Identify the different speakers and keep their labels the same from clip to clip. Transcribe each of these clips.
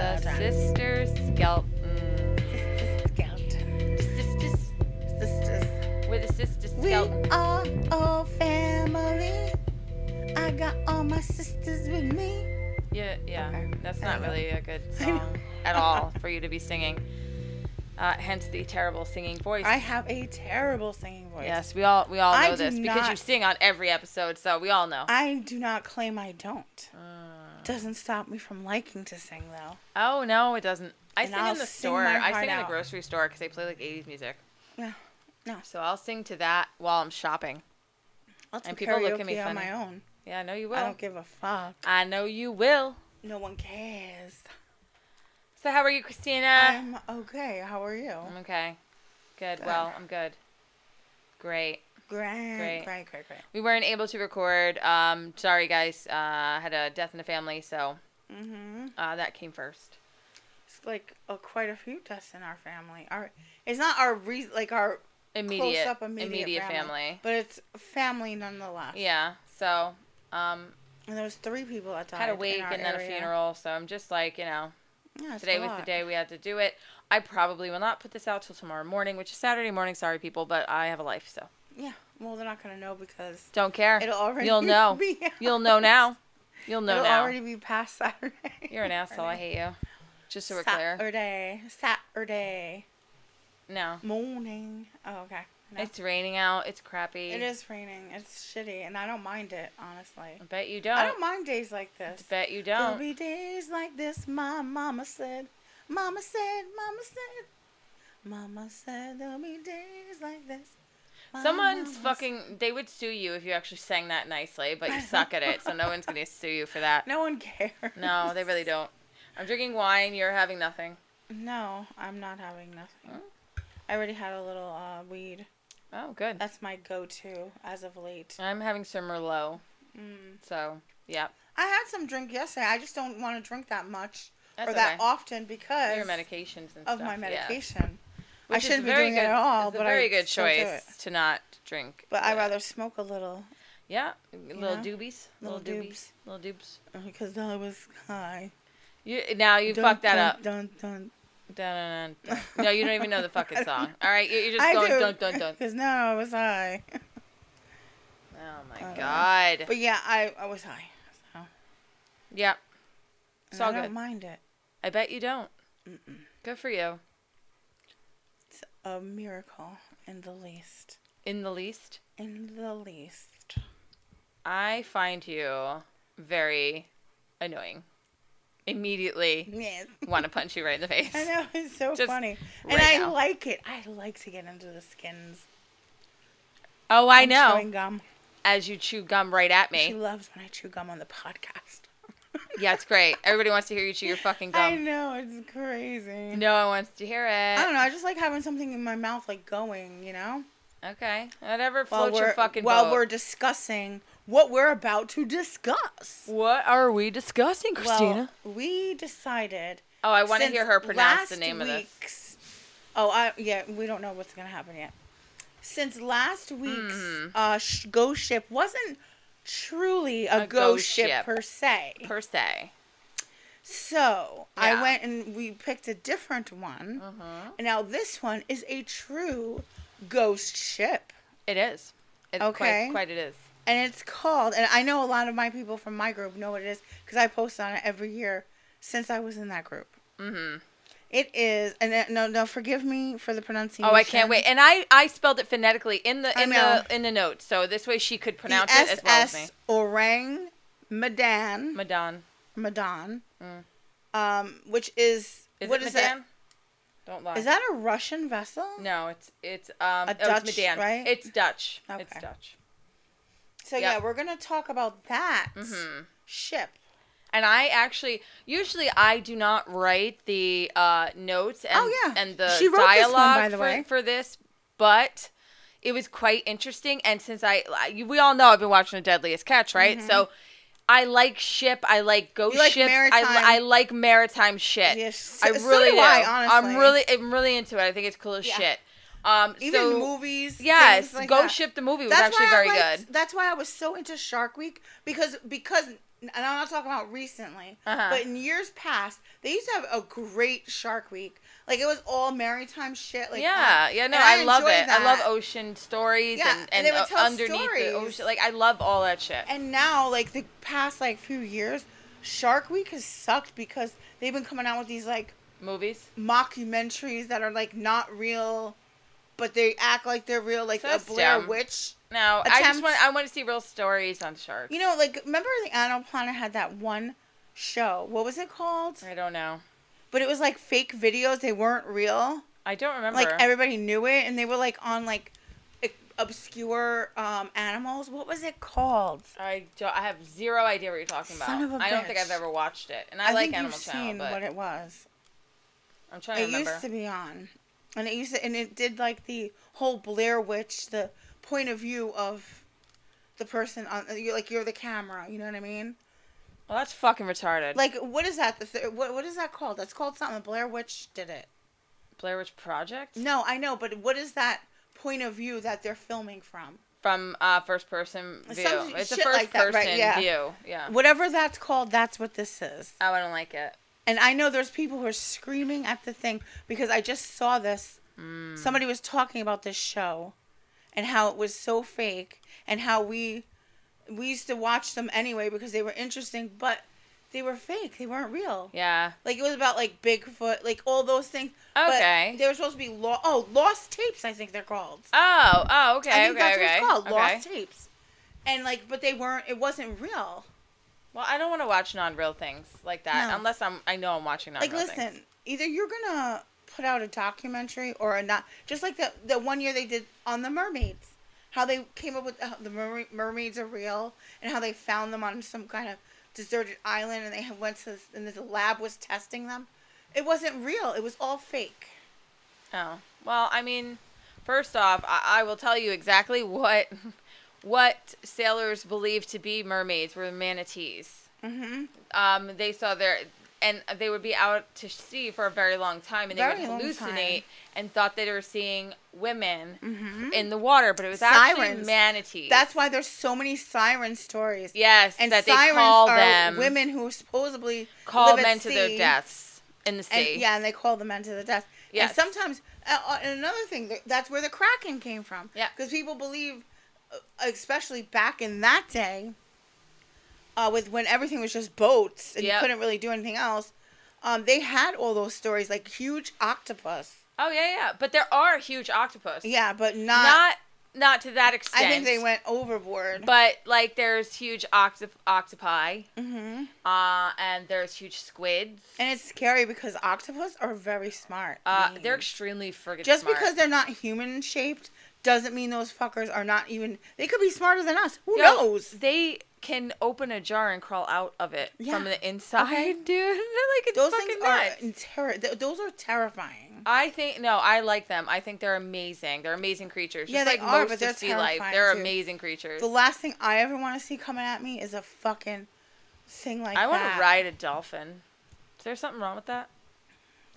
Speaker 1: Sister mm, Skelton.
Speaker 2: Sister Scout.
Speaker 1: Sisters.
Speaker 2: Sisters.
Speaker 1: We're the Sister
Speaker 2: We
Speaker 1: Skelton.
Speaker 2: are all family. I got all my sisters with me.
Speaker 1: Yeah, yeah.
Speaker 2: Okay.
Speaker 1: That's
Speaker 2: I
Speaker 1: not
Speaker 2: know.
Speaker 1: really a good
Speaker 2: I know.
Speaker 1: song at all for you to be singing. Uh, hence the terrible singing voice.
Speaker 2: I have a terrible singing voice.
Speaker 1: yes, we all we all know
Speaker 2: I do
Speaker 1: this because you
Speaker 2: not-
Speaker 1: sing on every episode, so we all know.
Speaker 2: I do not claim I don't.
Speaker 1: Ah.
Speaker 2: Doesn't stop me from liking to sing though.
Speaker 1: oh no, it doesn't. I
Speaker 2: And
Speaker 1: sing
Speaker 2: I'll
Speaker 1: in the
Speaker 2: sing
Speaker 1: store.
Speaker 2: my
Speaker 1: I
Speaker 2: heart
Speaker 1: sing in the
Speaker 2: out.
Speaker 1: grocery store because they play like 80s music.
Speaker 2: Yeah. No.
Speaker 1: So I'll sing to that while I'm shopping.
Speaker 2: I'll do
Speaker 1: And people look at me
Speaker 2: karaoke on
Speaker 1: funny.
Speaker 2: my own.
Speaker 1: Yeah, I know you
Speaker 2: I
Speaker 1: will.
Speaker 2: don't give a fuck.
Speaker 1: I know you will.
Speaker 2: No one cares.
Speaker 1: So how are you, Christina?
Speaker 2: I'm okay. How are you?
Speaker 1: I'm okay. Good. Well, I'm good. Great.
Speaker 2: Great.
Speaker 1: great.
Speaker 2: Great. Great. Great. Great.
Speaker 1: We weren't able to record. Um, sorry guys. Uh, I had a death in the family, so
Speaker 2: Mhm.
Speaker 1: uh, that came first.
Speaker 2: It's like uh quite a few deaths in our family. Our it's not our re- like our
Speaker 1: Immediate,
Speaker 2: close up immediate,
Speaker 1: family.
Speaker 2: but it's family nonetheless.
Speaker 1: Yeah. So, um,
Speaker 2: And there was three people that died.
Speaker 1: had a
Speaker 2: in
Speaker 1: wake
Speaker 2: our
Speaker 1: and then a
Speaker 2: area.
Speaker 1: funeral. So I'm just like, you know,
Speaker 2: Yeah, it's
Speaker 1: today
Speaker 2: a
Speaker 1: was the
Speaker 2: lot.
Speaker 1: day we had to do it. I probably will not put this out till tomorrow morning, which is Saturday morning. Sorry, people, but I have a life, so
Speaker 2: Yeah. Well, they're not gonna know because
Speaker 1: don't care.
Speaker 2: it'll already
Speaker 1: You'll know.
Speaker 2: Be out.
Speaker 1: You'll know now. You'll know
Speaker 2: it'll
Speaker 1: now.
Speaker 2: already be past Saturday.
Speaker 1: You're an asshole. I hate you. Just so we're clear.
Speaker 2: Saturday. Saturday
Speaker 1: No.
Speaker 2: morning. Oh, okay. No.
Speaker 1: It's raining out. It's crappy.
Speaker 2: It is raining. It's shitty, and I don't mind it honestly.
Speaker 1: I bet you don't.
Speaker 2: I don't mind days like this.
Speaker 1: bet you
Speaker 2: There'll
Speaker 1: don't.
Speaker 2: be days like this, my mama said. Mama said, mama said. Mama said there'll be days like this. My
Speaker 1: Someone's
Speaker 2: mama
Speaker 1: fucking. They would sue you if you actually sang that nicely, but you suck at it, so no one's gonna sue you for that.
Speaker 2: said- No one cares.
Speaker 1: No, they really don't. I'm drinking wine. You're having nothing.
Speaker 2: No, I'm not having nothing. I already had a little uh, weed.
Speaker 1: Oh, good.
Speaker 2: That's my go-to as of late.
Speaker 1: I'm having some Merlot.
Speaker 2: Mm.
Speaker 1: So, yeah.
Speaker 2: I had some drink yesterday. I just don't want to drink that much
Speaker 1: That's
Speaker 2: or that
Speaker 1: okay.
Speaker 2: often because
Speaker 1: Your medications and
Speaker 2: of
Speaker 1: stuff.
Speaker 2: my
Speaker 1: Yeah.
Speaker 2: medication.
Speaker 1: Which
Speaker 2: I
Speaker 1: is
Speaker 2: shouldn't be
Speaker 1: very
Speaker 2: doing
Speaker 1: good,
Speaker 2: it at all,
Speaker 1: It's
Speaker 2: but
Speaker 1: a very
Speaker 2: I
Speaker 1: good
Speaker 2: still do
Speaker 1: choice
Speaker 2: it.
Speaker 1: to not drink.
Speaker 2: But
Speaker 1: I
Speaker 2: I rather smoke a little
Speaker 1: Yeah, little
Speaker 2: know?
Speaker 1: doobies, little,
Speaker 2: Little
Speaker 1: doobies,
Speaker 2: doobs.
Speaker 1: little doobs.
Speaker 2: because I was high.
Speaker 1: You now you fucked that up.
Speaker 2: Dun, dun,
Speaker 1: Dun, dun, dun, dun. No, you don't even know the fucking song. All right, you- you're just
Speaker 2: I
Speaker 1: going
Speaker 2: do.
Speaker 1: dun dun dun.
Speaker 2: Because now I was high.
Speaker 1: Oh my
Speaker 2: Uh,
Speaker 1: god.
Speaker 2: But yeah, I, I was high. So.
Speaker 1: yeah,
Speaker 2: and
Speaker 1: it's all
Speaker 2: I
Speaker 1: good.
Speaker 2: don't mind it.
Speaker 1: I bet you don't. Good for you.
Speaker 2: It's a miracle in the least.
Speaker 1: In the least,
Speaker 2: In the least.
Speaker 1: I find you very annoying. Immediately
Speaker 2: Yes.
Speaker 1: want to punch you right in the face.
Speaker 2: I know, it's so
Speaker 1: Just
Speaker 2: funny.
Speaker 1: right
Speaker 2: and I
Speaker 1: now.
Speaker 2: like it. I like to get into the skins.
Speaker 1: Oh, I
Speaker 2: I'm
Speaker 1: know.
Speaker 2: Chewing gum.
Speaker 1: As you chew gum right at
Speaker 2: She
Speaker 1: me.
Speaker 2: loves when I chew gum on the podcast.
Speaker 1: Yeah, it's great. Everybody wants to hear you chew your fucking
Speaker 2: I
Speaker 1: gum.
Speaker 2: know, it's crazy.
Speaker 1: No one wants to hear
Speaker 2: I don't
Speaker 1: it.
Speaker 2: know. I just like having something in my mouth, like going, you know.
Speaker 1: Okay, whatever
Speaker 2: While
Speaker 1: floats
Speaker 2: we're
Speaker 1: your fucking
Speaker 2: while
Speaker 1: boat.
Speaker 2: we're discussing what we're about to discuss.
Speaker 1: What are we discussing,
Speaker 2: Well, we decided.
Speaker 1: oh, I want to
Speaker 2: since
Speaker 1: hear her pronounce the
Speaker 2: last
Speaker 1: name of this.
Speaker 2: week's- Oh, I yeah. We don't know what's gonna happen yet. Since last week's
Speaker 1: Mm.
Speaker 2: uh, sh- go ship wasn't truly a,
Speaker 1: A
Speaker 2: go,
Speaker 1: ghost
Speaker 2: ship,
Speaker 1: ship.
Speaker 2: per se.
Speaker 1: per se.
Speaker 2: so
Speaker 1: Yeah.
Speaker 2: I went and we picked a different one.
Speaker 1: Mhm.
Speaker 2: And now this one is a true ghost ship.
Speaker 1: It is. It,
Speaker 2: Okay.
Speaker 1: Quite, quite it is.
Speaker 2: and it's called and i know a lot of my people from my group know what it is because i post on it every year since i was in that group
Speaker 1: Mm-hmm.
Speaker 2: it is and it, no no forgive me for the pronunciation
Speaker 1: Oh, I can't wait. And I, I spelled it phonetically in the
Speaker 2: I
Speaker 1: in
Speaker 2: know. E
Speaker 1: the in the notes, so this way she could
Speaker 2: The
Speaker 1: pronounce it as well as me.
Speaker 2: SS orang madan
Speaker 1: Madan.
Speaker 2: madan
Speaker 1: Mm.
Speaker 2: um which is,
Speaker 1: Is
Speaker 2: what
Speaker 1: it
Speaker 2: is
Speaker 1: Madan? Don't lie.
Speaker 2: that is that a russian vessel
Speaker 1: no, it's it's um
Speaker 2: A
Speaker 1: oh,
Speaker 2: Dutch,
Speaker 1: it's Madan.
Speaker 2: right?
Speaker 1: It's Dutch. It's
Speaker 2: Okay.
Speaker 1: Dutch.
Speaker 2: so
Speaker 1: yeah.
Speaker 2: yeah we're gonna talk about that
Speaker 1: hmm
Speaker 2: ship
Speaker 1: And I actually usually I do not write the uh, notes and
Speaker 2: Oh, yeah.
Speaker 1: and the
Speaker 2: She wrote this one,
Speaker 1: dialogue
Speaker 2: by the
Speaker 1: for,
Speaker 2: way.
Speaker 1: for this, but it was quite interesting. And since I, I- you- we all know I've been watching The Deadliest Catch, right? So I like ship, I like
Speaker 2: Mm-hmm.
Speaker 1: ghost
Speaker 2: You like
Speaker 1: ships, I,
Speaker 2: maritime-
Speaker 1: I like maritime shit.
Speaker 2: Yes, so-
Speaker 1: I
Speaker 2: so
Speaker 1: really
Speaker 2: do I,
Speaker 1: am
Speaker 2: honestly.
Speaker 1: really I'm really into it. I think it's cool as
Speaker 2: Yeah.
Speaker 1: shit. Um,
Speaker 2: even
Speaker 1: so,
Speaker 2: movies
Speaker 1: Yes,
Speaker 2: things like
Speaker 1: Ghost
Speaker 2: that.
Speaker 1: Ship the movie was
Speaker 2: That's
Speaker 1: actually
Speaker 2: why
Speaker 1: very
Speaker 2: I liked,
Speaker 1: good.
Speaker 2: That's why I was so into Shark Week because because and I'm not talking about recently,
Speaker 1: Uh-huh.
Speaker 2: but in years past, they used to have a great Shark Week. Like it was all maritime shit. Like
Speaker 1: yeah,
Speaker 2: uh,
Speaker 1: yeah, no,
Speaker 2: and
Speaker 1: I, love it.
Speaker 2: enjoyed
Speaker 1: I love
Speaker 2: that.
Speaker 1: ocean stories
Speaker 2: Yeah,
Speaker 1: and,
Speaker 2: and
Speaker 1: and,
Speaker 2: they would
Speaker 1: uh,
Speaker 2: tell
Speaker 1: underneath
Speaker 2: stories.
Speaker 1: the ocean. Like I love all that shit.
Speaker 2: And now, like the past like few years, Shark Week has sucked because they've been coming out with these like
Speaker 1: Movies.
Speaker 2: mockumentaries that are like not real, but they act like they're real, like
Speaker 1: So
Speaker 2: a
Speaker 1: that's
Speaker 2: Blair
Speaker 1: dumb.
Speaker 2: Witch.
Speaker 1: No, I just
Speaker 2: Attempts.
Speaker 1: want I want to see real stories on sharks.
Speaker 2: You know, like remember the Animal Planet had that one show. What was it called?
Speaker 1: I don't know.
Speaker 2: But it was like fake videos. They weren't real.
Speaker 1: I don't remember.
Speaker 2: Like everybody knew it, and they were like on like e- obscure um, animals. What was it called?
Speaker 1: I don't, I have zero idea what you're talking about.
Speaker 2: Son of a
Speaker 1: I don't think
Speaker 2: bitch.
Speaker 1: I've ever watched it, and I, like
Speaker 2: think
Speaker 1: Animal
Speaker 2: you've
Speaker 1: Channel,
Speaker 2: seen
Speaker 1: but
Speaker 2: what it was.
Speaker 1: I'm trying to
Speaker 2: It
Speaker 1: remember.
Speaker 2: used to be on, and it used to, and it did like the whole Blair Witch, the point of view of the person on, you're like you're the camera. You know what I mean?
Speaker 1: well, that's fucking retarded.
Speaker 2: Like what is that? The th- what what is that called? That's called something. Blair Witch did it.
Speaker 1: Blair Witch Project
Speaker 2: No, I know, but what is that point of view that they're filming from?
Speaker 1: from uh, first person
Speaker 2: Some
Speaker 1: view.
Speaker 2: sh-
Speaker 1: it's a
Speaker 2: shit
Speaker 1: first
Speaker 2: like that,
Speaker 1: person
Speaker 2: right, yeah.
Speaker 1: view. Yeah.
Speaker 2: Whatever that's called, that's what this is.
Speaker 1: Oh, I don't like it.
Speaker 2: And I know there's people who are screaming at the thing because I just saw this.
Speaker 1: Mm,
Speaker 2: Somebody was talking about this show and how it was so fake and how we we used to watch them anyway because they were interesting, but they were fake. They weren't real.
Speaker 1: Yeah.
Speaker 2: Like it was about like Bigfoot, like all those things. but
Speaker 1: Okay.
Speaker 2: they were supposed to be lo- oh lost tapes. I think they're called.
Speaker 1: Oh, oh, okay,
Speaker 2: I think
Speaker 1: okay,
Speaker 2: that's
Speaker 1: okay.
Speaker 2: what it's called,
Speaker 1: okay.
Speaker 2: lost tapes. And like, but they weren't. It wasn't real.
Speaker 1: Well, I don't want to watch non-real things like that
Speaker 2: No.
Speaker 1: unless I'm I know I'm watching non-real
Speaker 2: like, listen,
Speaker 1: things.
Speaker 2: either you're gonna put out a documentary or a not. Just like the the one year they did on the mermaids, how they came up with uh, the merma- mermaids are real and how they found them on some kind of deserted island and they had went to this, and the lab was testing them. It wasn't real. It was all fake.
Speaker 1: Oh. Well, I mean, first off, I, I will tell you exactly what what sailors believed to be mermaids were manatees.
Speaker 2: Mm-hmm.
Speaker 1: Um, they saw their and they would be out to sea for a very long time and they
Speaker 2: Very long
Speaker 1: would
Speaker 2: time.
Speaker 1: hallucinate and thought they were seeing women
Speaker 2: Mm-hmm.
Speaker 1: in the water, but it was actually
Speaker 2: Sirens.
Speaker 1: manatees.
Speaker 2: That's why there's so many siren stories.
Speaker 1: yes,
Speaker 2: And
Speaker 1: that they
Speaker 2: sirens
Speaker 1: call
Speaker 2: are
Speaker 1: them
Speaker 2: women who supposedly
Speaker 1: call
Speaker 2: live at
Speaker 1: men to their
Speaker 2: sea.
Speaker 1: deaths in the sea.
Speaker 2: And, yeah, and they call the men to the death. Yeah.
Speaker 1: Yes.
Speaker 2: And sometimes, uh, uh, and another thing, th- that's where the Kraken came from.
Speaker 1: Yeah.
Speaker 2: Because people believe, uh, especially back in that day, uh, with when everything was just boats and
Speaker 1: Yep.
Speaker 2: you couldn't really do anything else, um, they had all those stories like huge octopus.
Speaker 1: Oh yeah, yeah. But there are huge octopus.
Speaker 2: Yeah, but not.
Speaker 1: Not not to that
Speaker 2: I
Speaker 1: extent.
Speaker 2: think they went overboard.
Speaker 1: But like there's huge octop- octopi,
Speaker 2: hmm
Speaker 1: uh, and there's huge squids.
Speaker 2: And it's scary because octopus are very smart.
Speaker 1: Uh,
Speaker 2: beings.
Speaker 1: they're extremely friggin'
Speaker 2: just
Speaker 1: smart.
Speaker 2: because they're not human shaped doesn't mean those fuckers are not even. They could be smarter than us. Who
Speaker 1: Yo,
Speaker 2: knows?
Speaker 1: They can open a jar and crawl out of it
Speaker 2: Yeah.
Speaker 1: from the inside, dude. They're like it's
Speaker 2: Those
Speaker 1: fucking
Speaker 2: things are
Speaker 1: nuts.
Speaker 2: terror. Th- those are terrifying.
Speaker 1: I think no, I like them. I think they're amazing. They're amazing creatures.
Speaker 2: Yeah,
Speaker 1: Just
Speaker 2: they
Speaker 1: like
Speaker 2: are,
Speaker 1: most
Speaker 2: but
Speaker 1: of
Speaker 2: they're
Speaker 1: sea life,
Speaker 2: terrifying,
Speaker 1: they're
Speaker 2: too.
Speaker 1: amazing creatures.
Speaker 2: The last thing I ever want to see coming at me is a fucking thing like
Speaker 1: I
Speaker 2: that.
Speaker 1: want to ride a dolphin. Is there something wrong with that?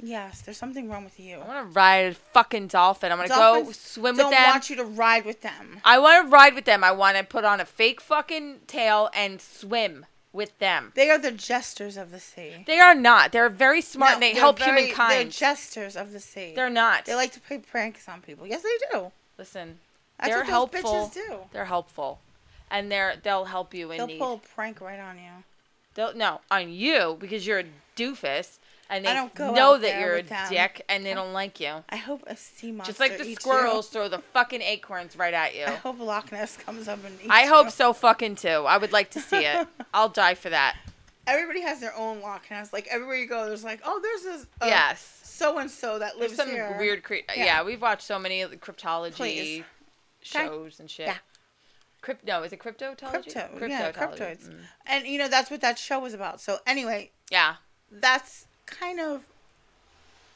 Speaker 2: Yes, there's something wrong with you.
Speaker 1: I want to ride a fucking dolphin. I'm gonna go
Speaker 2: Dolphins
Speaker 1: swim
Speaker 2: don't
Speaker 1: with them.
Speaker 2: want you to ride with them.
Speaker 1: I want to ride with them. I want to put on a fake fucking tail and swim with them.
Speaker 2: They are the jesters of the sea.
Speaker 1: They are not. They're very smart
Speaker 2: No,
Speaker 1: and they
Speaker 2: they're
Speaker 1: help
Speaker 2: very- They're
Speaker 1: humankind.
Speaker 2: jesters of the sea.
Speaker 1: They're not.
Speaker 2: they like to play pranks on people. Yes, they do.
Speaker 1: Listen,
Speaker 2: That's
Speaker 1: they're
Speaker 2: what those
Speaker 1: helpful.
Speaker 2: bitches do.
Speaker 1: They're helpful, and they're they'll help you in
Speaker 2: They'll
Speaker 1: need.
Speaker 2: pull a prank right on you.
Speaker 1: They'll no on you because you're a doofus, and
Speaker 2: I
Speaker 1: they
Speaker 2: don't go
Speaker 1: know
Speaker 2: out
Speaker 1: that
Speaker 2: there
Speaker 1: you're a
Speaker 2: with them.
Speaker 1: dick, and they don't like you.
Speaker 2: I hope a sea monster.
Speaker 1: Just like the
Speaker 2: eats
Speaker 1: squirrels throw the fucking acorns right at you.
Speaker 2: You. I hope Loch Ness comes up and eats
Speaker 1: I hope
Speaker 2: you.
Speaker 1: so fucking too. I would like to see it. I'll die for that.
Speaker 2: Everybody has their own Loch Ness. Like everywhere you go, there's like, oh, there's this. Uh,
Speaker 1: yes.
Speaker 2: So and so that
Speaker 1: There's
Speaker 2: lives
Speaker 1: some
Speaker 2: here.
Speaker 1: weird cre- yeah.
Speaker 2: Yeah.
Speaker 1: we've watched so many of the cryptology
Speaker 2: Please.
Speaker 1: shows and shit.
Speaker 2: Yeah.
Speaker 1: Crypt no, is it cryptology?
Speaker 2: crypto. Yeah,
Speaker 1: Cryptology.
Speaker 2: cryptoids.
Speaker 1: Mm.
Speaker 2: And you know that's what that show was about. So anyway,
Speaker 1: Yeah.
Speaker 2: that's kind of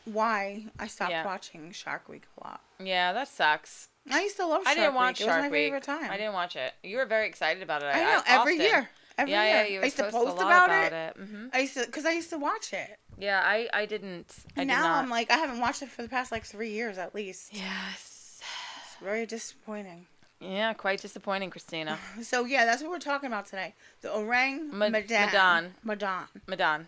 Speaker 2: why I stopped
Speaker 1: Yeah.
Speaker 2: watching Shark Week a lot.
Speaker 1: Yeah, that sucks.
Speaker 2: I used to love. Shark
Speaker 1: I didn't
Speaker 2: Week.
Speaker 1: watch
Speaker 2: it
Speaker 1: Shark
Speaker 2: was my
Speaker 1: Week.
Speaker 2: favorite time.
Speaker 1: I didn't watch it. You were very excited about it.
Speaker 2: I know every
Speaker 1: often.
Speaker 2: year. Every
Speaker 1: yeah,
Speaker 2: year.
Speaker 1: yeah, you were
Speaker 2: I used to
Speaker 1: supposed
Speaker 2: post
Speaker 1: a lot
Speaker 2: about,
Speaker 1: about
Speaker 2: it.
Speaker 1: it. hmm
Speaker 2: I used to, cause I used to watch it.
Speaker 1: Yeah, I, I didn't. I did
Speaker 2: now
Speaker 1: not.
Speaker 2: I'm like, I haven't watched it for the past like three years at least.
Speaker 1: yes.
Speaker 2: It's very disappointing.
Speaker 1: Yeah, quite disappointing, Christina.
Speaker 2: So yeah, that's what we're talking about today. The orang
Speaker 1: Ma-
Speaker 2: madan. Madan. and
Speaker 1: Madan.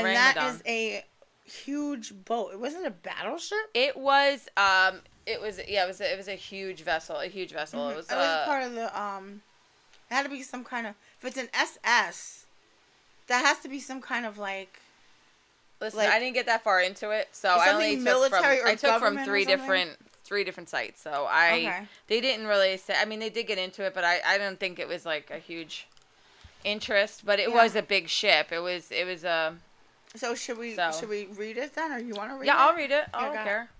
Speaker 1: Orang
Speaker 2: that is
Speaker 1: Madan.
Speaker 2: a huge boat. It wasn't a battleship.
Speaker 1: It was um it was yeah, it was a, it was a huge vessel, a huge vessel. It was,
Speaker 2: it Mm-hmm. was
Speaker 1: uh,
Speaker 2: part of the um. It had to be some kind of. If it's an SS, that has to be some kind of like.
Speaker 1: listen,
Speaker 2: like-
Speaker 1: I didn't get that far into it, so I
Speaker 2: Something
Speaker 1: only took
Speaker 2: military
Speaker 1: from
Speaker 2: or
Speaker 1: I took
Speaker 2: government
Speaker 1: from
Speaker 2: or
Speaker 1: three
Speaker 2: something?
Speaker 1: different three different sites. So I
Speaker 2: Okay.
Speaker 1: they didn't really say I mean they did get into it, but I I don't think it was like a huge interest, but it
Speaker 2: Yeah.
Speaker 1: was a big ship. It was it was uh, a
Speaker 2: So should we
Speaker 1: So.
Speaker 2: should we read it then, or you want to read
Speaker 1: Yeah,
Speaker 2: it?
Speaker 1: I'll read it. I
Speaker 2: Yeah,
Speaker 1: don't
Speaker 2: go ahead.
Speaker 1: care.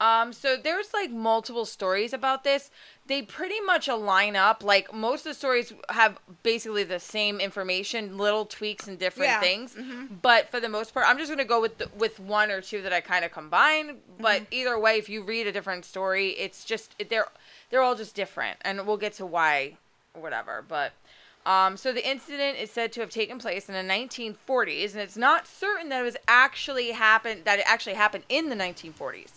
Speaker 1: Um, so there's like multiple stories about this. They pretty much align up. Like most of the stories have basically the same information, little tweaks and different
Speaker 2: Yeah,
Speaker 1: things.
Speaker 2: mhm.
Speaker 1: But for the most part, I'm just gonna go with the, with one or two that I kind of combine. But
Speaker 2: Mm-hmm.
Speaker 1: either way, if you read a different story, it's just it- they're they're all just different, and we'll get to why, whatever. But um, so the incident is said to have taken place in the 1940s, and it's not certain that it was actually happened that it actually happened in the 1940s.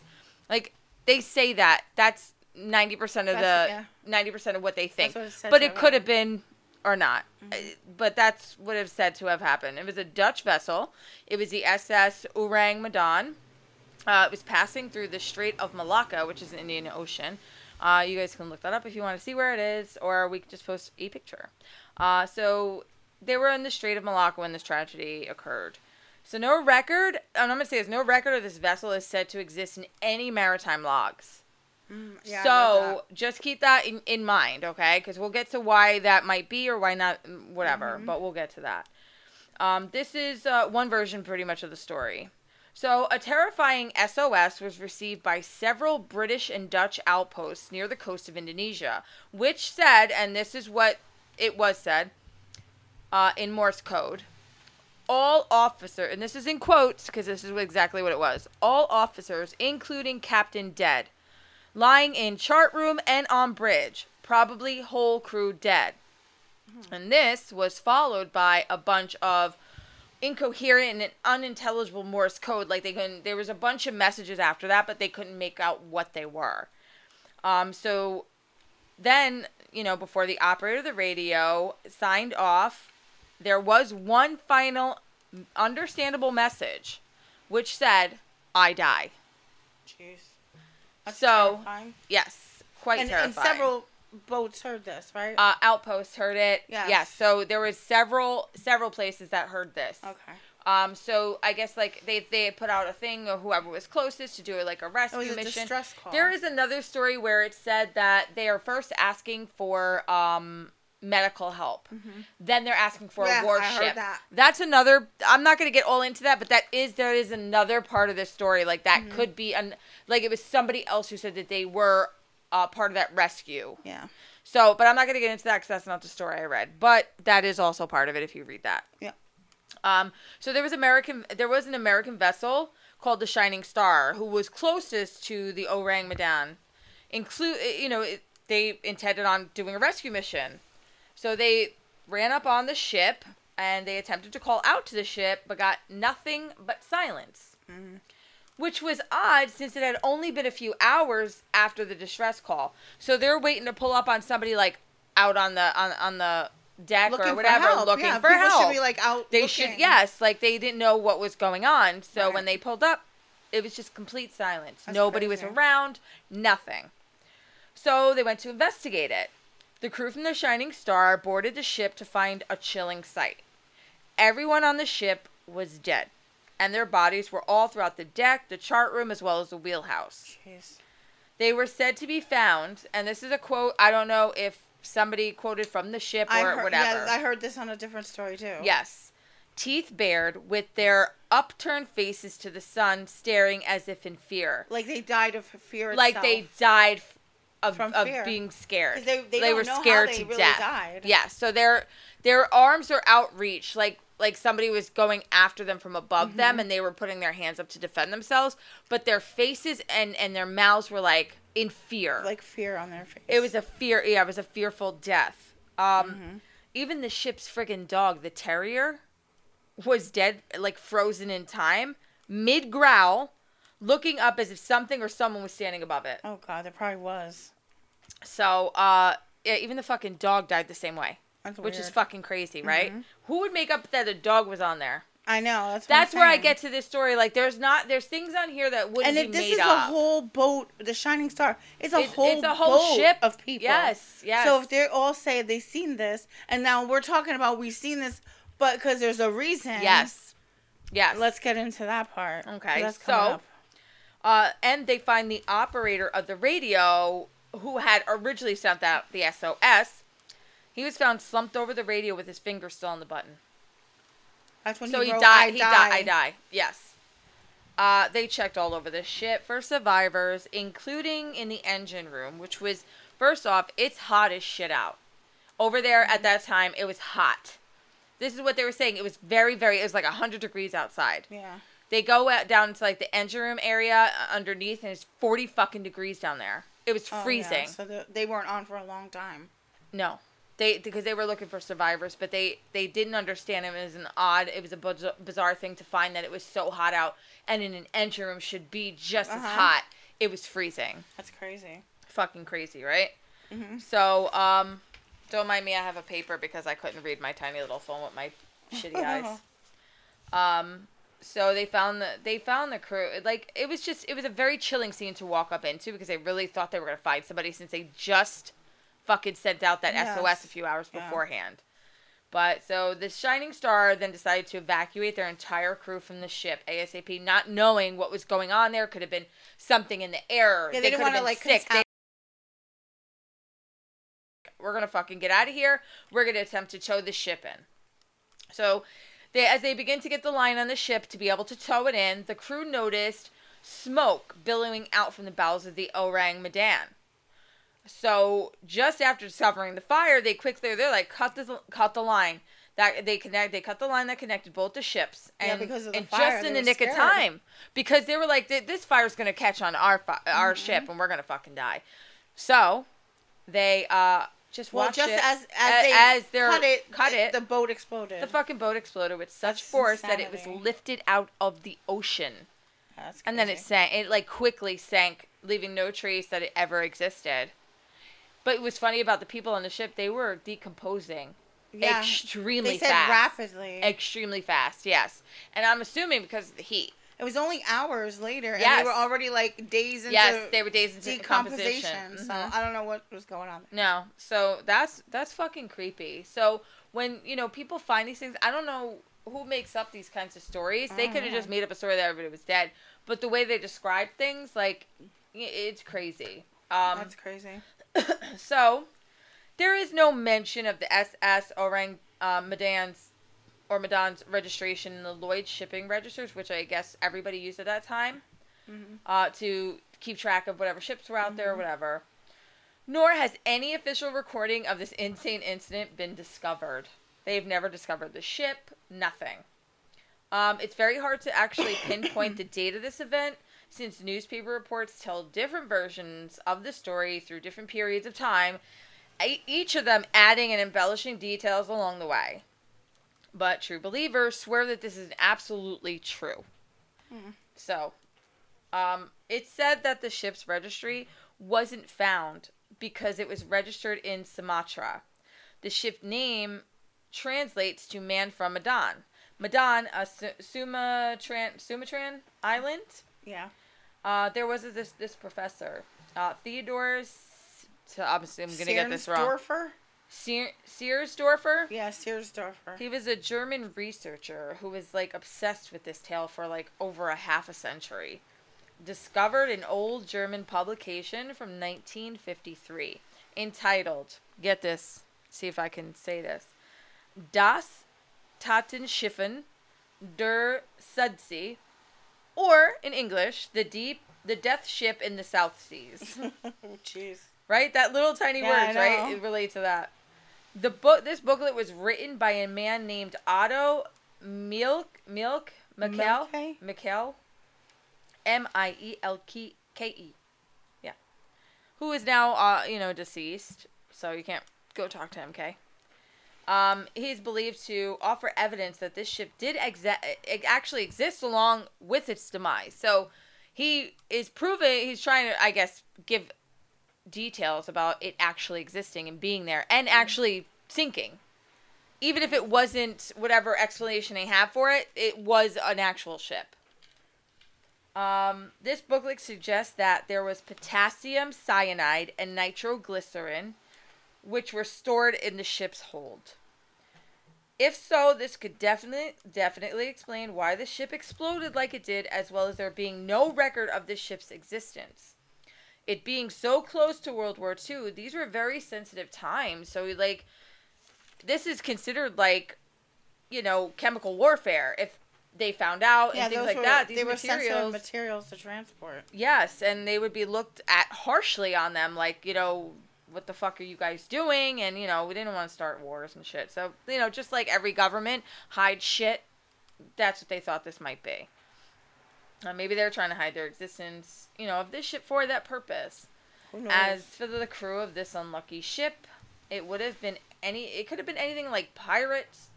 Speaker 1: Like they say that that's 90 percent of
Speaker 2: That's-
Speaker 1: the
Speaker 2: yeah.
Speaker 1: 90 percent of what they think,
Speaker 2: what it said
Speaker 1: but
Speaker 2: to Mm-hmm.
Speaker 1: it
Speaker 2: have
Speaker 1: could have been or not. Uh, But that's what it's said to have happened. It was a Dutch vessel. It was the SS Orang Madan. Uh, it was passing through the Strait of Malacca, which is in the Indian Ocean. Uh, you guys can look that up if you want to see where it is, or we can just post a picture. Uh, so they were in the Strait of Malacca when this tragedy occurred. So no record, and I'm gonna say this: no record of this vessel is said to exist in any maritime logs.
Speaker 2: Mm, yeah, I read
Speaker 1: so just keep that in, in mind, okay? Because we'll get to why that might be or why not, mm, whatever.
Speaker 2: Mm-hmm.
Speaker 1: But we'll get to that. Um, this is uh, one version, pretty much, of the story. So, a terrifying SOS was received by several British and Dutch outposts near the coast of Indonesia, which said, and this is what it was said uh, in Morse code all officer and this is in quotes because this is exactly what it was all officers including captain dead lying in chart room and on bridge probably whole crew dead
Speaker 2: Hmm.
Speaker 1: and this was followed by a bunch of incoherent and unintelligible morse code like they couldn't there was a bunch of messages after that but they couldn't make out what they were um so then you know before the operator of the radio signed off there was one final understandable message which said i die
Speaker 2: that. Jeez. That's
Speaker 1: So,
Speaker 2: terrifying.
Speaker 1: yes quite
Speaker 2: and, and
Speaker 1: terrifying
Speaker 2: several boats heard this, right?
Speaker 1: uh, outposts heard it
Speaker 2: Yes.
Speaker 1: yes so there was several several places that heard this
Speaker 2: okay.
Speaker 1: um so i guess like they they had put out a thing or whoever was closest to do like a
Speaker 2: Oh, It
Speaker 1: rescue
Speaker 2: was a
Speaker 1: mission
Speaker 2: distress call.
Speaker 1: There is another story where it said that they are first asking for um, medical help, then they're asking for
Speaker 2: Mm-hmm. Yeah, I
Speaker 1: a
Speaker 2: heard
Speaker 1: warship.
Speaker 2: that.
Speaker 1: That's another. I'm not going to get all into that, but that is there is another part of this story. Like that
Speaker 2: Mm-hmm.
Speaker 1: could be an like it was somebody else who said that they were uh, part of that rescue.
Speaker 2: Yeah.
Speaker 1: So, but I'm not going to get into that because that's not the story I read. But that is also part of it if you read that.
Speaker 2: Yeah.
Speaker 1: Um, so there was American. There was an American vessel called the Shining Star, who was closest to the Orang Medan. Include, you know, it, they intended on doing a rescue mission, so they ran up on the ship and they attempted to call out to the ship, but got nothing but silence.
Speaker 2: Mm-hmm.
Speaker 1: Which was odd since it had only been a few hours after the distress call. So they're waiting to pull up on somebody like out on the on, on the deck or whatever looking
Speaker 2: yeah,
Speaker 1: for
Speaker 2: people
Speaker 1: help
Speaker 2: should be like out.
Speaker 1: they should
Speaker 2: looking.
Speaker 1: yes like they didn't know what was going on so
Speaker 2: Right.
Speaker 1: when they pulled up it was just complete silence
Speaker 2: That's
Speaker 1: nobody was
Speaker 2: crazy.
Speaker 1: around nothing so they went to investigate it the crew from the shining star boarded the ship to find a chilling sight everyone on the ship was dead and their bodies were all throughout the deck the chart room as well as the wheelhouse
Speaker 2: Jeez.
Speaker 1: they were said to be found and this is a quote i don't know if somebody quoted from the ship or
Speaker 2: I heard,
Speaker 1: whatever
Speaker 2: Yeah, I heard this on a different story too.
Speaker 1: Yes. Teeth bared, with their upturned faces to the sun, staring as if in fear.
Speaker 2: Like they died of fear.
Speaker 1: Like they died f- of,
Speaker 2: From
Speaker 1: of
Speaker 2: fear.
Speaker 1: being scared.
Speaker 2: 'Cause they- they don't
Speaker 1: were
Speaker 2: know how
Speaker 1: scared
Speaker 2: they
Speaker 1: to
Speaker 2: really
Speaker 1: death.
Speaker 2: died.
Speaker 1: Yeah, so their their arms are outreached, like like somebody was going after them from above
Speaker 2: Mm-hmm.
Speaker 1: them, and they were putting their hands up to defend themselves. But their faces and and their mouths were like in fear.
Speaker 2: like fear on their face.
Speaker 1: It was a fear. Yeah, it was a fearful death. Um,
Speaker 2: Mm-hmm.
Speaker 1: even the ship's friggin' dog, the terrier, was dead, like frozen in time, mid growl, looking up as if something or someone was standing above it.
Speaker 2: Oh god, there probably was.
Speaker 1: So, uh, yeah, even the fucking dog died the same way,
Speaker 2: That's
Speaker 1: which is
Speaker 2: weird.
Speaker 1: fucking crazy, right? Who would make up that a dog was on there?
Speaker 2: I know. That's what I'm
Speaker 1: That's where I
Speaker 2: saying.
Speaker 1: get to this story. Like, there's not, there's things on here that wouldn't
Speaker 2: And
Speaker 1: be
Speaker 2: if this
Speaker 1: made
Speaker 2: is
Speaker 1: up.
Speaker 2: a whole boat, the Shining Star, it's a
Speaker 1: It's-
Speaker 2: whole
Speaker 1: it's a whole
Speaker 2: boat
Speaker 1: ship.
Speaker 2: of people.
Speaker 1: Yes, yes.
Speaker 2: So if they all say they've seen this, and now we're talking about we've seen this, but because there's a reason.
Speaker 1: yes, yes.
Speaker 2: Let's get into that part.
Speaker 1: Okay,
Speaker 2: 'cause coming
Speaker 1: so-
Speaker 2: up.
Speaker 1: Uh, and they find the operator of the radio who had originally sent out the SOS. He was found slumped over the radio with his finger still on the button.
Speaker 2: that's when
Speaker 1: so
Speaker 2: he,
Speaker 1: he,
Speaker 2: wrote,
Speaker 1: died.
Speaker 2: I
Speaker 1: he
Speaker 2: die.
Speaker 1: died. I die. Yes. Uh, they checked all over the ship for survivors, including in the engine room, which was first off, it's hot as shit out. Over there
Speaker 2: Mm-hmm.
Speaker 1: at that time, it was hot. This is what they were saying. It was very, very. It was like hundred degrees outside.
Speaker 2: Yeah.
Speaker 1: They go out down to like the engine room area uh, underneath, and it's forty fucking degrees down there. It was
Speaker 2: Oh, yeah,
Speaker 1: freezing.
Speaker 2: So the, they weren't on for a long time.
Speaker 1: No, they because they were looking for survivors, but they they didn't understand it was an odd, it was a biz- bizarre thing to find that it was so hot out, and in an engine room should be just as
Speaker 2: Uh-huh.
Speaker 1: hot. It was freezing.
Speaker 2: That's crazy.
Speaker 1: Fucking crazy, right?
Speaker 2: Mhm.
Speaker 1: So, um, don't mind me. I have a paper because I couldn't read my tiny little phone with my shitty eyes. Um, so they found the they found the crew. Like it was just it was a very chilling scene to walk up into because they really thought they were gonna find somebody since they just fucking sent out that
Speaker 2: Yes.
Speaker 1: SOS a few hours
Speaker 2: Yeah.
Speaker 1: beforehand. But so the Shining Star then decided to evacuate their entire crew from the ship ASAP, not knowing what was going on there. Could have been something in the air.
Speaker 2: Yeah, they, didn't
Speaker 1: could
Speaker 2: want to
Speaker 1: have been
Speaker 2: like
Speaker 1: sick. They
Speaker 2: contaminate
Speaker 1: we're gonna fucking get out of here. We're gonna attempt to tow the ship in. So, they as they begin to get the line on the ship to be able to tow it in, the crew noticed smoke billowing out from the bowels of the Orang Medan. So just after discovering the fire, they quickly they're like cut the cut the line that they connect they cut the line that connected both the ships and,
Speaker 2: Yeah, because of the
Speaker 1: and
Speaker 2: fire,
Speaker 1: just
Speaker 2: they
Speaker 1: in the
Speaker 2: were
Speaker 1: nick of
Speaker 2: scared.
Speaker 1: time because they were like "Th- this fire's gonna catch on our fi- our
Speaker 2: Mm-hmm.
Speaker 1: ship and we're gonna fucking die. So they uh just
Speaker 2: Well,
Speaker 1: watched
Speaker 2: just
Speaker 1: it
Speaker 2: as
Speaker 1: a-
Speaker 2: as they
Speaker 1: as they're-
Speaker 2: cut it,
Speaker 1: cut
Speaker 2: the,
Speaker 1: it.
Speaker 2: the boat exploded.
Speaker 1: the fucking boat exploded with such
Speaker 2: That's
Speaker 1: force that it was
Speaker 2: insanity.
Speaker 1: lifted out of the ocean
Speaker 2: That's
Speaker 1: and then it
Speaker 2: crazy.
Speaker 1: sank. It like quickly sank, leaving no trace that it ever existed. But what's funny about the people on the ship, they were decomposing
Speaker 2: yeah.
Speaker 1: extremely
Speaker 2: they said
Speaker 1: fast.
Speaker 2: rapidly.
Speaker 1: Extremely fast, yes. And I'm assuming because of the heat.
Speaker 2: It was only hours later, and
Speaker 1: Yes.
Speaker 2: they were already like days into
Speaker 1: yes, they were days into
Speaker 2: decomposition.
Speaker 1: decomposition.
Speaker 2: So
Speaker 1: Mhm.
Speaker 2: I don't know what was going on. There.
Speaker 1: No. So that's that's fucking creepy. So when, you know, people find these things, I don't know who makes up these kinds of stories. They could have
Speaker 2: Mhm.
Speaker 1: just made up a story that everybody was dead, but the way they describe things like i- it's crazy. Um
Speaker 2: That's crazy.
Speaker 1: So, there is no mention of the SS Orang uh, Medan's or Medan's registration in the Lloyd shipping registers, which I guess everybody used at that time
Speaker 2: Mhm.
Speaker 1: uh, to keep track of whatever ships were out there, whatever. Nor has any official recording of this insane incident been discovered. They've never discovered the ship, nothing. Um, it's very hard to actually pinpoint the date of this event since newspaper reports tell different versions of the story through different periods of time, e- each of them adding and embellishing details along the way. But true believers swear that this is absolutely true.
Speaker 2: Hmm.
Speaker 1: So, um, it said that the ship's registry wasn't found because it was registered in Sumatra. The ship name translates to man from Madan. Madan, a Su- Sumatran, Sumatran island.
Speaker 2: Yeah.
Speaker 1: Uh, there was this this professor, uh, Theodore. S- so obviously, I'm gonna get this wrong.
Speaker 2: Seersdorfer?
Speaker 1: Seer- Seersdorfer.
Speaker 2: Yeah, Seersdorfer.
Speaker 1: He was a German researcher who was like obsessed with this tale for like over a half a century. Discovered an old German publication from 1953 entitled, get this, see if I can say this, Das Tatenschiffen der Sudsee, or in English, the deep, the death ship in the South Seas
Speaker 2: Oh, Jeez.
Speaker 1: right? That little tiny
Speaker 2: Yeah, I
Speaker 1: words,
Speaker 2: know.
Speaker 1: right? It relates to that. The book, this booklet was written by a man named Otto Milk Milk Mikkel
Speaker 2: Mielke?
Speaker 1: Mikkel M I E L K K E, yeah, who is now uh, you know deceased, so you can't go talk to him, okay? Um, he is believed to offer evidence that this ship did exa- it actually exist along with its demise. So he is proving he's trying to, I guess, give details about it actually existing and being there and actually sinking. Even if it wasn't whatever explanation they have for it, it was an actual ship. Um, this booklet suggests that there was potassium cyanide and nitroglycerin, which were stored in the ship's hold. If so, this could definitely definitely explain why the ship exploded like it did, as well as there being no record of the ship's existence. It being so close to World War II, these were very sensitive times. So, like, this is considered like, you know, chemical warfare. If they found out and things like
Speaker 2: were,
Speaker 1: that, these
Speaker 2: they were sensitive
Speaker 1: materials,
Speaker 2: materials to transport.
Speaker 1: yes, and they would be looked at harshly on them, like, you know, what the fuck are you guys doing? And you know, we didn't want to start wars and shit. So you know, just like every government hide shit, that's what they thought this might be. Uh, maybe they're trying to hide their existence, you know, of this ship for that purpose.
Speaker 2: Who knows?
Speaker 1: As for the crew of this unlucky ship, it would have been any. It could have been anything like pirates,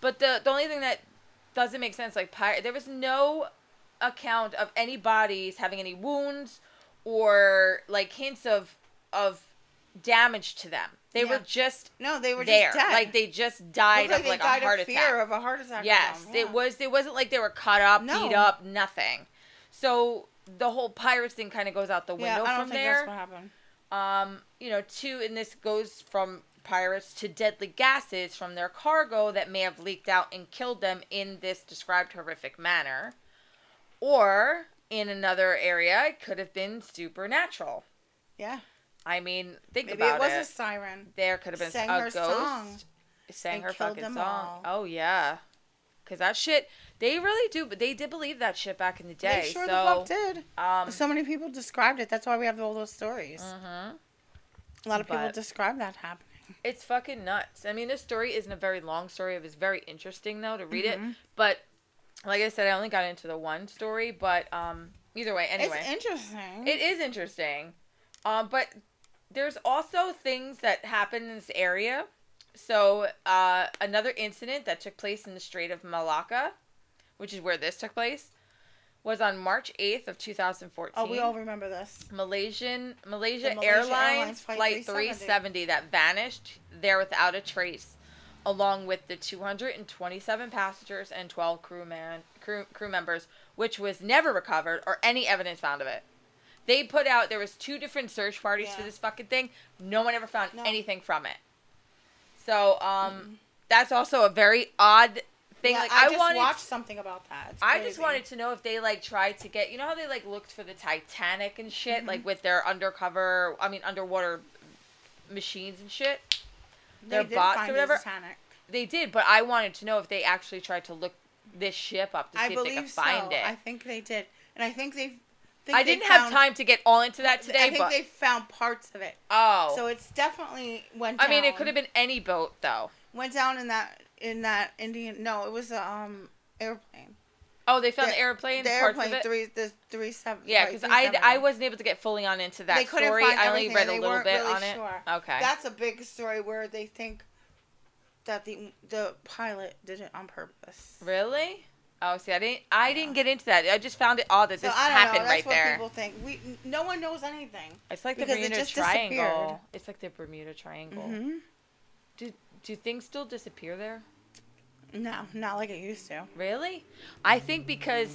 Speaker 1: but the the only thing that doesn't make sense, like pirate, there was no account of any bodies having any wounds or like hints of of damage to them. They
Speaker 2: Yeah.
Speaker 1: were just
Speaker 2: no, they were
Speaker 1: there,
Speaker 2: just dead.
Speaker 1: like they just
Speaker 2: Looked
Speaker 1: died
Speaker 2: like
Speaker 1: of
Speaker 2: they
Speaker 1: like
Speaker 2: died
Speaker 1: a heart
Speaker 2: of
Speaker 1: attack.
Speaker 2: fear of a heart attack. or
Speaker 1: Yes,
Speaker 2: something, yeah.
Speaker 1: it was. It wasn't like they were caught up, beat
Speaker 2: No.
Speaker 1: up, nothing. So the whole pirates thing kind of goes out the
Speaker 2: Yeah,
Speaker 1: window
Speaker 2: I don't
Speaker 1: from
Speaker 2: think
Speaker 1: there
Speaker 2: that's what happened.
Speaker 1: um, you know, two, and this goes from pirates to deadly gases from their cargo that may have leaked out and killed them in this described horrific manner. Or in another area, it could have been supernatural.
Speaker 2: Yeah,
Speaker 1: I mean, think
Speaker 2: maybe
Speaker 1: about
Speaker 2: it
Speaker 1: it.
Speaker 2: was a siren.
Speaker 1: there could have been
Speaker 2: sang
Speaker 1: a
Speaker 2: her
Speaker 1: ghost
Speaker 2: song
Speaker 1: sang
Speaker 2: and
Speaker 1: her
Speaker 2: killed
Speaker 1: fucking
Speaker 2: them all.
Speaker 1: song. Oh yeah, because that shit. They really do, but they did believe that shit back in the day.
Speaker 2: they sure
Speaker 1: so,
Speaker 2: the fuck did.
Speaker 1: um,
Speaker 2: so many people described it. That's why we have all those stories.
Speaker 1: mhm.
Speaker 2: A lot of people
Speaker 1: But-
Speaker 2: describe that happening.
Speaker 1: It's fucking nuts. I mean, this story isn't a very long story. It was very interesting though to read
Speaker 2: Mm-hmm.
Speaker 1: it. But like I said, I only got into the one story. But um, either way,
Speaker 2: It's
Speaker 1: anyway,
Speaker 2: interesting.
Speaker 1: it is interesting. Um, but there's also things that happen in this area. So uh, another incident that took place in the Strait of Malacca, which is where this took place, was on March 8th of 2014.
Speaker 2: oh, we all remember this.
Speaker 1: Malaysian Malaysia,
Speaker 2: The Malaysia
Speaker 1: Airlines,
Speaker 2: Airlines
Speaker 1: flight,
Speaker 2: Flight
Speaker 1: 370 that vanished there without a trace, along with the 227 passengers and 12 crew man crew, crew members, which was never recovered or any evidence found of it. They put out there was two different search parties for
Speaker 2: Yeah.
Speaker 1: this fucking thing. No one ever found
Speaker 2: No.
Speaker 1: anything from it. So um, that's also a very odd thing.
Speaker 2: Yeah,
Speaker 1: like
Speaker 2: I,
Speaker 1: I,
Speaker 2: just
Speaker 1: wanted
Speaker 2: watched something about that. It's
Speaker 1: I just
Speaker 2: crazy.
Speaker 1: wanted to know if they like tried to get you know how they like looked for the Titanic and shit
Speaker 2: Mm-hmm.
Speaker 1: like with their undercover I mean underwater machines and shit.
Speaker 2: They
Speaker 1: their
Speaker 2: did
Speaker 1: bots or
Speaker 2: find the
Speaker 1: whatever.
Speaker 2: Titanic.
Speaker 1: They did, but I wanted to know if they actually tried to look this ship up to see
Speaker 2: I
Speaker 1: if they could
Speaker 2: believe so.
Speaker 1: find it.
Speaker 2: I
Speaker 1: I,
Speaker 2: think they did, and I think they. they
Speaker 1: didn't have
Speaker 2: found-
Speaker 1: time to get all into that
Speaker 2: I
Speaker 1: today,
Speaker 2: think
Speaker 1: but
Speaker 2: they found parts of it.
Speaker 1: oh,
Speaker 2: So it's definitely went.
Speaker 1: I
Speaker 2: Down.
Speaker 1: mean it could have been any boat though.
Speaker 2: went down in that in that Indian. No, it was a um airplane.
Speaker 1: Oh, they found
Speaker 2: The-
Speaker 1: the airplane,
Speaker 2: the
Speaker 1: parts
Speaker 2: airplane
Speaker 1: of it.
Speaker 2: three the three seven.
Speaker 1: yeah,
Speaker 2: right,
Speaker 1: because I,
Speaker 2: 370.
Speaker 1: I wasn't able to get fully on into that
Speaker 2: They couldn't
Speaker 1: story.
Speaker 2: find
Speaker 1: I only
Speaker 2: everything,
Speaker 1: read
Speaker 2: and
Speaker 1: a
Speaker 2: they
Speaker 1: little
Speaker 2: weren't
Speaker 1: bit
Speaker 2: really
Speaker 1: on it.
Speaker 2: sure.
Speaker 1: Okay.
Speaker 2: That's a big story where they think that the the pilot did it on purpose.
Speaker 1: Really? Oh, see, I didn't. I didn't get into that. I just found it odd that
Speaker 2: So
Speaker 1: this
Speaker 2: I don't
Speaker 1: happened
Speaker 2: know. That's
Speaker 1: right
Speaker 2: what
Speaker 1: there.
Speaker 2: people think. We n- no one knows anything.
Speaker 1: It's like the
Speaker 2: because it
Speaker 1: Bermuda
Speaker 2: just
Speaker 1: Triangle. It's like the Bermuda Triangle.
Speaker 2: hmm
Speaker 1: Do do things still disappear there?
Speaker 2: No, not like it used
Speaker 1: Mm.
Speaker 2: to.
Speaker 1: Really? I think because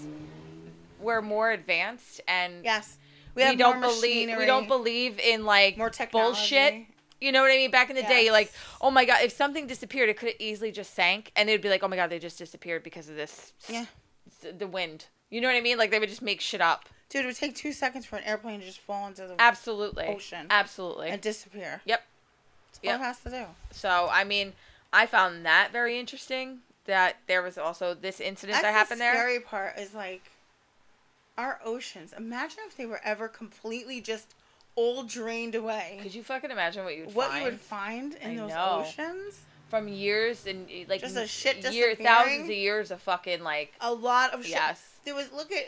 Speaker 1: we're more advanced and
Speaker 2: Yes,
Speaker 1: we,
Speaker 2: have
Speaker 1: don't
Speaker 2: more
Speaker 1: believe we
Speaker 2: machinery,
Speaker 1: don't believe in like
Speaker 2: more
Speaker 1: bullshit.
Speaker 2: technology.
Speaker 1: You know what I mean? Back in the day, like,
Speaker 2: Yes.
Speaker 1: oh my god, if something disappeared, it could have easily just sank, and it'd be like, oh my god, they just disappeared because of this,
Speaker 2: Yeah.
Speaker 1: the wind. You know what I mean? Like they would just make shit up.
Speaker 2: Dude, it would take two seconds for an airplane to just fall into the
Speaker 1: Absolutely.
Speaker 2: Ocean.
Speaker 1: Absolutely.
Speaker 2: and disappear.
Speaker 1: Yep.
Speaker 2: That's
Speaker 1: Yep.
Speaker 2: all it has to do.
Speaker 1: So I mean, I found that very interesting. That there was also this incident that happened
Speaker 2: the
Speaker 1: there.
Speaker 2: scary part is like our oceans. Imagine if they were ever completely just all drained away.
Speaker 1: Could you fucking imagine what you'd
Speaker 2: What
Speaker 1: find
Speaker 2: you would find in
Speaker 1: I
Speaker 2: those
Speaker 1: know.
Speaker 2: oceans?
Speaker 1: from years and like
Speaker 2: Just a shit
Speaker 1: year,
Speaker 2: disappearing?
Speaker 1: thousands of years of fucking like
Speaker 2: A lot of shit.
Speaker 1: Yes.
Speaker 2: There was look at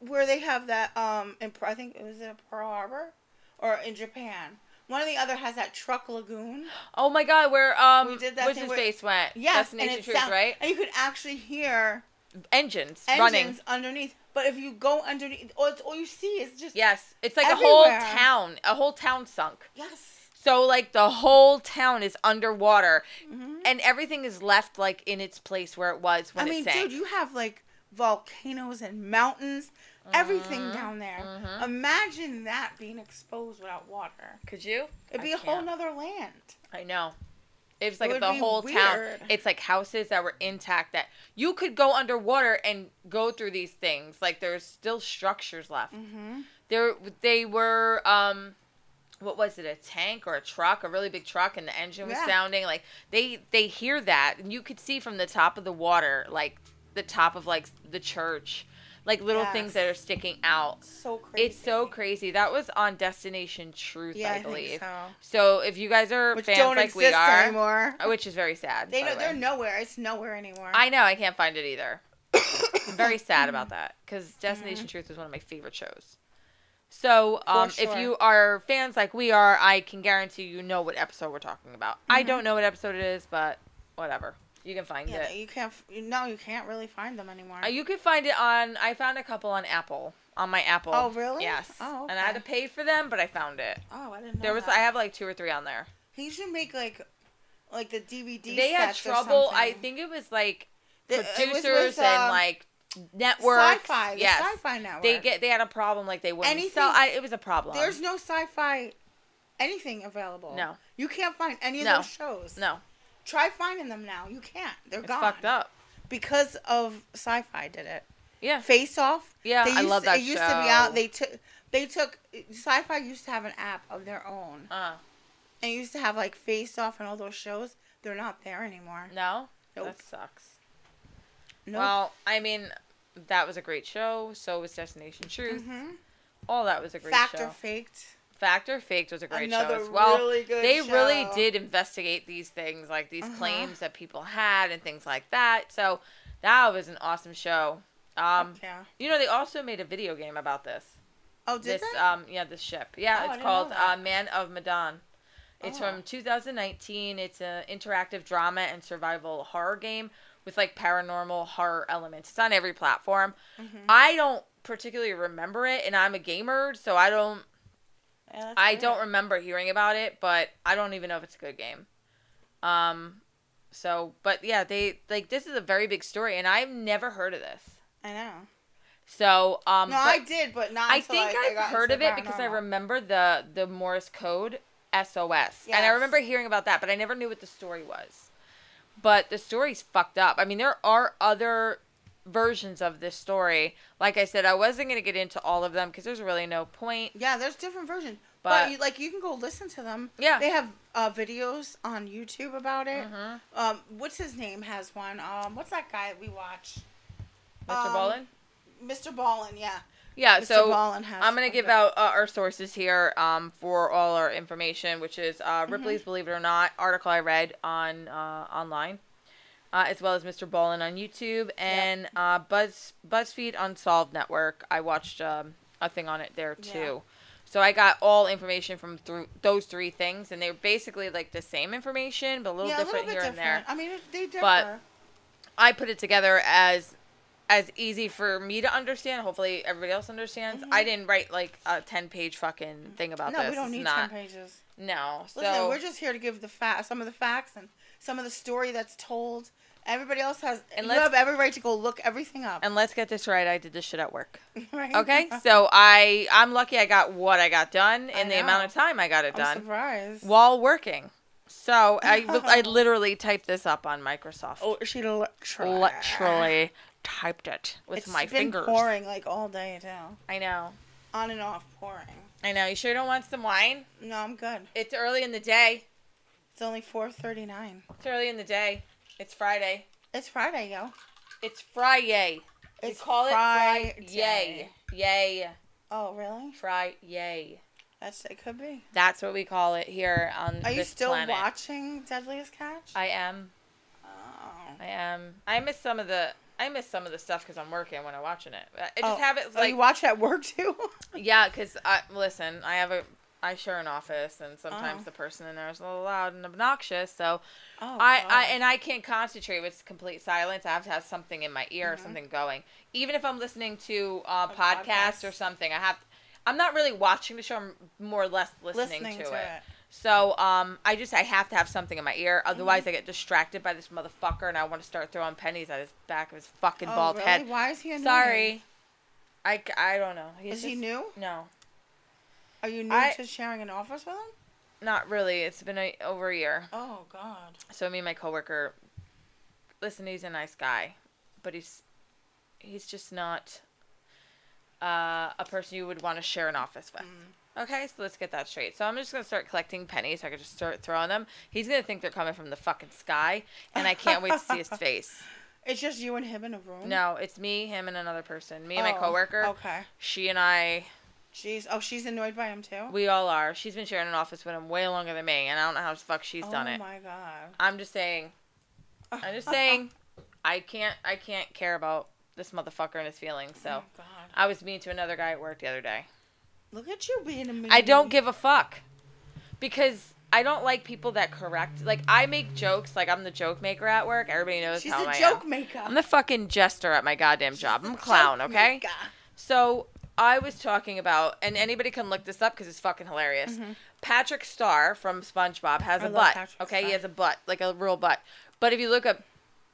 Speaker 2: where they have that um in I think it was in Pearl Harbor or in Japan. One of the other has that truck lagoon.
Speaker 1: oh my god where um
Speaker 2: We did that
Speaker 1: what's
Speaker 2: thing
Speaker 1: his
Speaker 2: where-
Speaker 1: face went
Speaker 2: Yes, and
Speaker 1: destination
Speaker 2: it
Speaker 1: truth
Speaker 2: sound-
Speaker 1: right
Speaker 2: And you could actually hear
Speaker 1: engines, running.
Speaker 2: engines underneath. But if you go underneath, all, it's, all you see is just
Speaker 1: Yes, it's like a whole
Speaker 2: Everywhere.
Speaker 1: town. A whole town sunk.
Speaker 2: yes.
Speaker 1: So like the whole town is underwater,
Speaker 2: Mhm.
Speaker 1: and everything is left like in its place where it was
Speaker 2: I
Speaker 1: when
Speaker 2: mean,
Speaker 1: it sank.
Speaker 2: dude, you have like volcanoes and mountains, everything down there.
Speaker 1: mhm.
Speaker 2: Imagine that being exposed without water.
Speaker 1: Could you?
Speaker 2: It'd
Speaker 1: I
Speaker 2: be a whole
Speaker 1: can't.
Speaker 2: nother land.
Speaker 1: I know. It's like
Speaker 2: would
Speaker 1: the
Speaker 2: be
Speaker 1: whole town.
Speaker 2: weird.
Speaker 1: It's like houses that were intact that you could go underwater and go through these things. Like there's still structures left.
Speaker 2: Mm-hmm.
Speaker 1: There they were um what was it? A tank or a truck, a really big truck and the engine was
Speaker 2: Yeah.
Speaker 1: sounding like they they hear that and you could see from the top of the water like the top of like the church. Like little things that are
Speaker 2: Yes.
Speaker 1: sticking out.
Speaker 2: So crazy.
Speaker 1: It's so crazy. That was on Destination Truth,
Speaker 2: Yeah, I,
Speaker 1: I believe.
Speaker 2: think so.
Speaker 1: So if you guys are
Speaker 2: Which
Speaker 1: fans
Speaker 2: don't
Speaker 1: like
Speaker 2: exist
Speaker 1: we are, uh,
Speaker 2: anymore.
Speaker 1: which is very sad.
Speaker 2: They
Speaker 1: by
Speaker 2: know,
Speaker 1: the
Speaker 2: they're
Speaker 1: way.
Speaker 2: nowhere. It's nowhere anymore.
Speaker 1: I know I can't find it either. I'm very sad about that because
Speaker 2: Mm.
Speaker 1: Destination Truth was one of my favorite shows. So um, if
Speaker 2: sure.
Speaker 1: you are fans like we are, I can guarantee you know what episode we're talking about. I don't know what episode it is, but whatever. You can find
Speaker 2: Mm-hmm. yeah,
Speaker 1: it.
Speaker 2: you can't. f- You, no, you can't really find them anymore.
Speaker 1: Uh, You can find it on. I found a couple on Apple on my Apple.
Speaker 2: Oh, really?
Speaker 1: Yes.
Speaker 2: Oh,
Speaker 1: And I had to
Speaker 2: okay.
Speaker 1: pay for them, but I found it.
Speaker 2: oh, I didn't know.
Speaker 1: There was.
Speaker 2: that.
Speaker 1: I have like two or three on there.
Speaker 2: He should make like, like the DVD.
Speaker 1: they had
Speaker 2: sets or
Speaker 1: trouble. I
Speaker 2: something.
Speaker 1: think it was like
Speaker 2: The- it was
Speaker 1: producers
Speaker 2: with,
Speaker 1: and
Speaker 2: um,
Speaker 1: like networks.
Speaker 2: Sci-fi. the
Speaker 1: Yes.
Speaker 2: Sci-fi network.
Speaker 1: They get they had a problem like they wouldn't
Speaker 2: Anything-
Speaker 1: sell. I, it was a problem.
Speaker 2: There's no sci-fi, anything available.
Speaker 1: No.
Speaker 2: You can't find any of
Speaker 1: No.
Speaker 2: those shows.
Speaker 1: no.
Speaker 2: Try finding them now. You can't. They're
Speaker 1: It's
Speaker 2: gone.
Speaker 1: fucked up.
Speaker 2: Because of sci-fi did it.
Speaker 1: Yeah.
Speaker 2: Face Off.
Speaker 1: Yeah,
Speaker 2: They
Speaker 1: I
Speaker 2: used
Speaker 1: love
Speaker 2: to-
Speaker 1: that
Speaker 2: It used to be out.
Speaker 1: show.
Speaker 2: They took. They took. Sci-fi used to have an app of their own,
Speaker 1: Uh,
Speaker 2: and used to have like Face Off and all those shows. They're not there anymore.
Speaker 1: no.
Speaker 2: Nope.
Speaker 1: That sucks.
Speaker 2: No.
Speaker 1: Well, I mean, that was a great show. So was Destination Truth.
Speaker 2: Mhm.
Speaker 1: All that was a great
Speaker 2: Fact
Speaker 1: show.
Speaker 2: or faked.
Speaker 1: Factor Faked was a great
Speaker 2: Another
Speaker 1: show as well.
Speaker 2: really good
Speaker 1: they really
Speaker 2: show.
Speaker 1: did investigate these things, like these
Speaker 2: Uh-huh.
Speaker 1: claims that people had and things like that. So that was an awesome show. Um,
Speaker 2: yeah.
Speaker 1: You know, they also made a video game about this.
Speaker 2: Oh, did
Speaker 1: this
Speaker 2: they?
Speaker 1: um yeah, this ship. Yeah,
Speaker 2: Oh, I
Speaker 1: it's
Speaker 2: didn't know
Speaker 1: called uh,
Speaker 2: that.
Speaker 1: Man of Medan. It's
Speaker 2: Oh.
Speaker 1: from 2019. It's an interactive drama and survival horror game with like paranormal horror elements. It's on every platform.
Speaker 2: Mhm.
Speaker 1: I don't particularly remember it and I'm a gamer, so I don't
Speaker 2: Yeah, that's
Speaker 1: I
Speaker 2: weird.
Speaker 1: don't remember hearing about it, but I don't even know if it's a good game. Um so, but yeah, they like this is a very big story and I've never heard of this.
Speaker 2: I know.
Speaker 1: So, um
Speaker 2: no,
Speaker 1: but-
Speaker 2: I did, but not.
Speaker 1: I
Speaker 2: until
Speaker 1: think
Speaker 2: I, I
Speaker 1: I've
Speaker 2: got
Speaker 1: heard of
Speaker 2: into
Speaker 1: it because I
Speaker 2: paranormal.
Speaker 1: remember the the Morse code SOS, and I
Speaker 2: Yes.
Speaker 1: remember hearing about that, but I never knew what the story was. But the story's fucked up. I mean, there are other versions of this story. Like I said, I wasn't gonna get into all of them because there's really no point.
Speaker 2: Yeah, there's different versions, but,
Speaker 1: But-
Speaker 2: you, like you can go listen to them.
Speaker 1: Yeah.
Speaker 2: They have uh, videos on YouTube about it.
Speaker 1: Mhm.
Speaker 2: Um, what's his name has one. Um, what's that guy that we watch?
Speaker 1: Mr.
Speaker 2: Um,
Speaker 1: Ballin.
Speaker 2: Mr. Ballin, yeah.
Speaker 1: Yeah.
Speaker 2: Mr.
Speaker 1: So
Speaker 2: Ballin has.
Speaker 1: I'm gonna give out uh, our sources here um, for all our information, which is uh,
Speaker 2: Mm-hmm.
Speaker 1: Ripley's Believe It or Not article I read on uh, online, uh, as well as Mr. Ballin on YouTube and uh, Buzz Buzzfeed Unsolved Network. I watched um, a thing on it there
Speaker 2: Yeah.
Speaker 1: too. So I got all information from through those three things, and they're basically like the same information, but a little
Speaker 2: yeah,
Speaker 1: different
Speaker 2: a little bit
Speaker 1: here
Speaker 2: different.
Speaker 1: and there.
Speaker 2: I mean, it- they differ.
Speaker 1: But- I put it together as as easy for me to understand. Hopefully, everybody else understands. I didn't write like a ten page fucking thing about
Speaker 2: Mm-hmm. no,
Speaker 1: this.
Speaker 2: we don't
Speaker 1: It's
Speaker 2: need
Speaker 1: not.
Speaker 2: ten pages.
Speaker 1: No,
Speaker 2: Listen,
Speaker 1: so
Speaker 2: we're just here to give the fa- some of the facts and some of the story that's told. Everybody else has.
Speaker 1: And
Speaker 2: And
Speaker 1: let's-
Speaker 2: you have every right to go look everything up.
Speaker 1: and let's get this right. I did this shit at work.
Speaker 2: right?
Speaker 1: Okay, so I I'm lucky I got what I got done
Speaker 2: I
Speaker 1: in the
Speaker 2: know.
Speaker 1: amount of time I got it
Speaker 2: I'm
Speaker 1: done
Speaker 2: surprised.
Speaker 1: while working. So I li- I literally typed this up on Microsoft.
Speaker 2: Oh, she literally.
Speaker 1: Literally typed it with
Speaker 2: It's
Speaker 1: my
Speaker 2: been
Speaker 1: fingers.
Speaker 2: pouring like all day too.
Speaker 1: I know.
Speaker 2: On and off pouring.
Speaker 1: I know. You sure don't want some wine?
Speaker 2: No, I'm good.
Speaker 1: It's early in the day.
Speaker 2: It's only 4:39.
Speaker 1: It's early in the day. It's Friday.
Speaker 2: It's Friday, yo.
Speaker 1: It's Friday. We
Speaker 2: It's
Speaker 1: call
Speaker 2: Friday.
Speaker 1: it Friday. Yay. Yay.
Speaker 2: Oh, really?
Speaker 1: Fry yay.
Speaker 2: That's it. Could be.
Speaker 1: That's what we call it here on
Speaker 2: Are you
Speaker 1: this
Speaker 2: still
Speaker 1: planet.
Speaker 2: watching Deadliest Catch?
Speaker 1: I am.
Speaker 2: oh.
Speaker 1: I am. I miss some of the I miss some of the stuff because I'm working when I'm watching it. I I just
Speaker 2: Oh.
Speaker 1: have it
Speaker 2: oh,
Speaker 1: like
Speaker 2: you watch at work too?
Speaker 1: yeah, because I listen. I have a I I share an office, and sometimes
Speaker 2: Oh.
Speaker 1: the person in there is a little loud and obnoxious. So
Speaker 2: Oh,
Speaker 1: I,
Speaker 2: wow.
Speaker 1: I and I can't concentrate with complete silence. I have to have something in my ear or
Speaker 2: Mhm.
Speaker 1: something going. Even if I'm listening to uh,
Speaker 2: A
Speaker 1: podcasts
Speaker 2: podcast.
Speaker 1: or something, I have. I'm not really watching the show. I'm more or less listening, to, it.
Speaker 2: it.
Speaker 1: So um, I just I have to have something in my ear. Otherwise,
Speaker 2: Mm-hmm.
Speaker 1: I get distracted by this motherfucker, and I want to start throwing pennies at his back of his fucking
Speaker 2: Oh,
Speaker 1: bald
Speaker 2: really?
Speaker 1: head.
Speaker 2: Why is he annoying?
Speaker 1: Sorry. I, c- I don't know. He's
Speaker 2: Is he
Speaker 1: just-
Speaker 2: new?
Speaker 1: No.
Speaker 2: Are you new
Speaker 1: I-
Speaker 2: to sharing an office with him?
Speaker 1: Not really. It's been a, over a year.
Speaker 2: Oh God.
Speaker 1: So me and my coworker, listen, he's a nice guy, but he's he's just not uh, a person you would want to share an office with.
Speaker 2: Mm.
Speaker 1: Okay, so let's get that straight. So I'm just gonna start collecting pennies. I could just start throwing them. He's gonna think they're coming from the fucking sky, and I can't wait to see his face.
Speaker 2: It's just you and him in a room.
Speaker 1: No, it's me, him, and another person. Me and my
Speaker 2: Oh,
Speaker 1: coworker.
Speaker 2: Okay.
Speaker 1: She and I,
Speaker 2: She's oh she's annoyed by him too.
Speaker 1: we all are. She's been sharing an office with him way longer than me, and I don't know how the fuck she's
Speaker 2: oh
Speaker 1: done it.
Speaker 2: my God.
Speaker 1: I'm just saying. I'm just saying, I can't I can't care about this motherfucker and his feelings.
Speaker 2: Oh
Speaker 1: So
Speaker 2: God.
Speaker 1: I was mean to another guy at work the other day.
Speaker 2: Look at you being a. Meanie.
Speaker 1: I don't give a fuck because I don't like people that correct. Like I make jokes. Like I'm the joke maker at work. Everybody knows
Speaker 2: She's
Speaker 1: how
Speaker 2: a
Speaker 1: I
Speaker 2: joke
Speaker 1: am.
Speaker 2: maker.
Speaker 1: I'm the fucking jester at my goddamn
Speaker 2: She's
Speaker 1: job.
Speaker 2: the
Speaker 1: I'm a clown.
Speaker 2: joke
Speaker 1: Okay.
Speaker 2: maker.
Speaker 1: So I was talking about, and anybody can look this up because it's fucking hilarious. Patrick Starr from SpongeBob has
Speaker 2: Mm-hmm. I
Speaker 1: a
Speaker 2: love
Speaker 1: butt.
Speaker 2: Patrick
Speaker 1: okay, he
Speaker 2: Starr.
Speaker 1: has a butt, like a real butt. But if you look up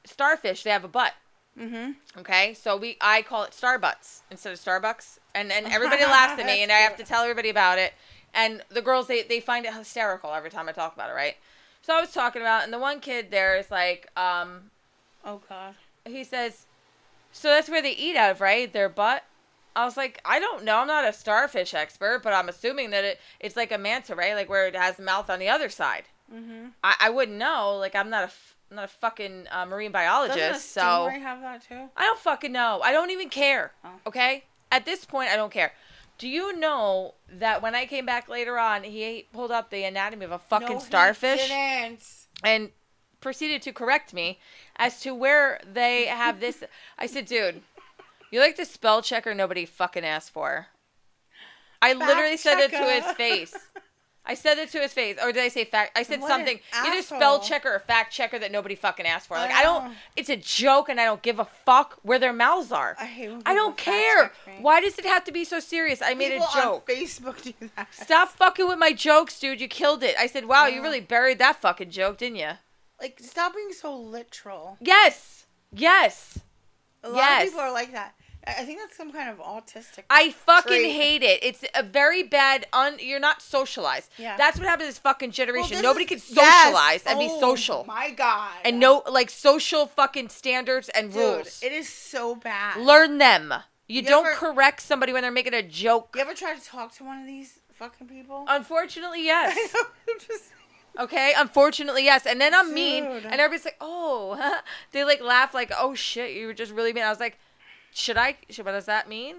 Speaker 1: starfish, they have a butt.
Speaker 2: Mhm.
Speaker 1: Okay, so we I call it Starbutts instead of Starbucks, and and everybody laughs at me, and I have to tell everybody about it. And the girls they they find it hysterical every time I talk about it, right? So I was talking about, and the one kid there is like, um,
Speaker 2: Oh God.
Speaker 1: he says, "So that's where they eat out of, right? Their butt." I was like, "I don't know. I'm not a starfish expert, but I'm assuming that it it's like a manta ray, like where it has the mouth on the other side.
Speaker 2: Mhm.
Speaker 1: I, I wouldn't know. Like I'm not a f- I'm not a fucking uh, marine biologist,
Speaker 2: Doesn't a
Speaker 1: so."
Speaker 2: stingray have that too?
Speaker 1: I don't fucking know. I don't even care.
Speaker 2: Oh.
Speaker 1: Okay? At this point, I don't care. Do you know that when I came back later on, he pulled up the anatomy of a fucking
Speaker 2: No, he
Speaker 1: starfish
Speaker 2: didn't.
Speaker 1: and proceeded to correct me as to where they have this? I said, dude, you like the spell checker nobody fucking asked for. I literally said it to his
Speaker 2: checker.
Speaker 1: face. I said it to his face, or did I say fact? I said
Speaker 2: What an
Speaker 1: something, either spell
Speaker 2: asshole. Oh.
Speaker 1: checker or fact checker that nobody fucking asked for.
Speaker 2: I
Speaker 1: Like I don't.
Speaker 2: know.
Speaker 1: It's a joke, and I don't give a fuck where their mouths are.
Speaker 2: I hate when
Speaker 1: I
Speaker 2: people
Speaker 1: don't care.
Speaker 2: fact-check me.
Speaker 1: Why does it have to be so serious? I made
Speaker 2: People
Speaker 1: a joke.
Speaker 2: on Facebook do that.
Speaker 1: Stop fucking with my jokes, dude. You killed it. I said, wow, you
Speaker 2: Yeah.
Speaker 1: really buried that fucking joke, didn't you?
Speaker 2: Like stop being so literal.
Speaker 1: Yes. Yes.
Speaker 2: A lot
Speaker 1: Yes.
Speaker 2: of people are like that. I I think that's some kind of autistic.
Speaker 1: I fucking
Speaker 2: Great.
Speaker 1: hate it. It's a very bad. Un- you're not socialized.
Speaker 2: Yeah.
Speaker 1: That's what happens to this fucking
Speaker 2: Well,
Speaker 1: generation.
Speaker 2: this
Speaker 1: Nobody
Speaker 2: is-
Speaker 1: can
Speaker 2: yes.
Speaker 1: socialize and be
Speaker 2: Oh,
Speaker 1: social.
Speaker 2: My God.
Speaker 1: and no like social fucking standards and
Speaker 2: Dude,
Speaker 1: rules.
Speaker 2: It is so bad.
Speaker 1: Learn them. You,
Speaker 2: You
Speaker 1: don't
Speaker 2: ever-
Speaker 1: correct somebody when they're making a joke.
Speaker 2: You ever try to talk to one of these fucking people?
Speaker 1: Unfortunately,
Speaker 2: I
Speaker 1: Oh, yes.
Speaker 2: know, I'm just-
Speaker 1: Okay, unfortunately, yes. And then I'm mean,
Speaker 2: Dude.
Speaker 1: and everybody's like, "Oh," they like laugh, like, "Oh shit, you were just really mean." I was like, "Should I? Should, what does that mean?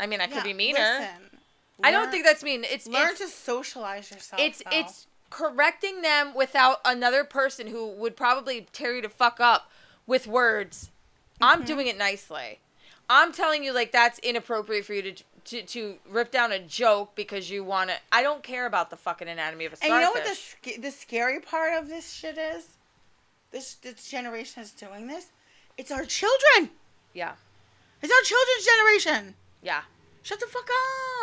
Speaker 1: I mean, I
Speaker 2: Yeah,
Speaker 1: could be meaner.
Speaker 2: listen.
Speaker 1: I don't
Speaker 2: Learn-
Speaker 1: think that's mean. It's
Speaker 2: Learn
Speaker 1: it's
Speaker 2: to socialize yourself.
Speaker 1: it's,
Speaker 2: though.
Speaker 1: it's correcting them without another person who would probably tear you to fuck up with words.
Speaker 2: Mm-hmm.
Speaker 1: I'm doing it nicely. I'm telling you, like that's inappropriate for you to. To, to rip down a joke because you want to. I don't care about the fucking anatomy of a
Speaker 2: And
Speaker 1: starfish.
Speaker 2: you know what the sc- the scary part of this shit is? This this generation is doing this. It's our children.
Speaker 1: Yeah,
Speaker 2: It's our children's generation.
Speaker 1: yeah.
Speaker 2: Shut the fuck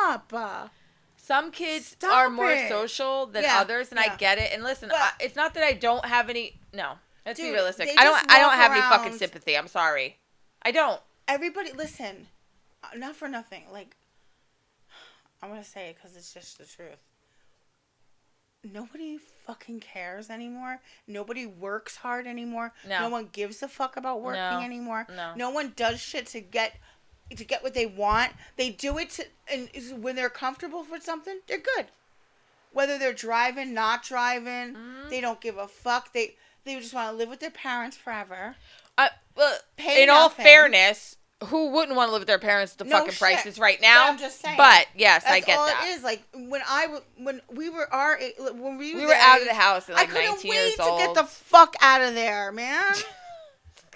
Speaker 2: up. Uh,
Speaker 1: Some kids
Speaker 2: Stop
Speaker 1: are more
Speaker 2: it.
Speaker 1: social than
Speaker 2: Yeah,
Speaker 1: others, and I
Speaker 2: yeah.
Speaker 1: get it. And listen,
Speaker 2: But-
Speaker 1: I, it's not that I don't have any. No, let's be
Speaker 2: Dude,
Speaker 1: realistic.
Speaker 2: they
Speaker 1: I don't.
Speaker 2: just
Speaker 1: I don't
Speaker 2: walk
Speaker 1: have any fucking
Speaker 2: around-
Speaker 1: sympathy. I'm sorry. I don't.
Speaker 2: Everybody, listen. Uh, Not for nothing. Like, I'm gonna say it because it's just the truth. Nobody fucking cares anymore. Nobody works hard anymore.
Speaker 1: No.
Speaker 2: one gives a fuck about working
Speaker 1: No.
Speaker 2: anymore.
Speaker 1: No.
Speaker 2: one does shit to get to get what they want. They do it to and is- when they're comfortable with something, they're good. Whether they're driving, not driving,
Speaker 1: Mm-hmm.
Speaker 2: they don't give a fuck. They they just want to live with their parents forever.
Speaker 1: I, well,
Speaker 2: Pay
Speaker 1: in all
Speaker 2: nothing.
Speaker 1: fairness, who wouldn't want to live with their parents at the
Speaker 2: No
Speaker 1: fucking
Speaker 2: shit.
Speaker 1: prices right now?
Speaker 2: But I'm just saying.
Speaker 1: But, yes,
Speaker 2: That's
Speaker 1: I get
Speaker 2: all
Speaker 1: that.
Speaker 2: it is. Like when I w- when we were our a- when we
Speaker 1: We
Speaker 2: were,
Speaker 1: were
Speaker 2: their
Speaker 1: out of
Speaker 2: age,
Speaker 1: the house at
Speaker 2: I
Speaker 1: like
Speaker 2: couldn't
Speaker 1: 19 years
Speaker 2: wait to
Speaker 1: old.
Speaker 2: get the fuck out of there, man.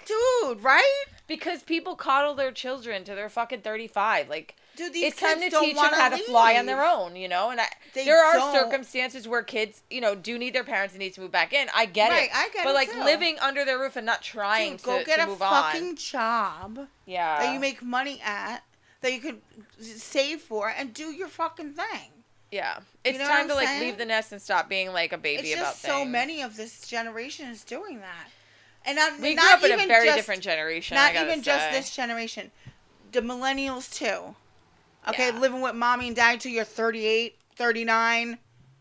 Speaker 2: Dude, right?
Speaker 1: because people coddle their children to their fucking 35. Like
Speaker 2: Dude, these
Speaker 1: it's time to
Speaker 2: kids don't
Speaker 1: teach them
Speaker 2: wanna
Speaker 1: how to fly on
Speaker 2: leave.
Speaker 1: their own, you know. And I,
Speaker 2: They
Speaker 1: there are
Speaker 2: don't.
Speaker 1: circumstances where kids, you know, do need their parents and need to move back in. I get
Speaker 2: Right,
Speaker 1: it,
Speaker 2: I get
Speaker 1: but
Speaker 2: it
Speaker 1: like
Speaker 2: too.
Speaker 1: living under their roof and not trying
Speaker 2: Dude,
Speaker 1: to,
Speaker 2: go
Speaker 1: to
Speaker 2: get a
Speaker 1: move
Speaker 2: fucking
Speaker 1: on. Uh,
Speaker 2: job
Speaker 1: Yeah,
Speaker 2: that you make money at that you could save for and do your fucking thing.
Speaker 1: yeah. It's
Speaker 2: know what
Speaker 1: time
Speaker 2: I'm
Speaker 1: to like
Speaker 2: saying?
Speaker 1: leave the nest and stop being like a baby
Speaker 2: It's
Speaker 1: about
Speaker 2: just
Speaker 1: things.
Speaker 2: so many of this generation is doing that, and I'm
Speaker 1: We grew
Speaker 2: not
Speaker 1: up in
Speaker 2: even
Speaker 1: a very
Speaker 2: just,
Speaker 1: different generation. I
Speaker 2: Not
Speaker 1: gotta
Speaker 2: even just
Speaker 1: say.
Speaker 2: this generation, the millennials too. Okay,
Speaker 1: Yeah.
Speaker 2: living with mommy and daddy till you're 38, 39,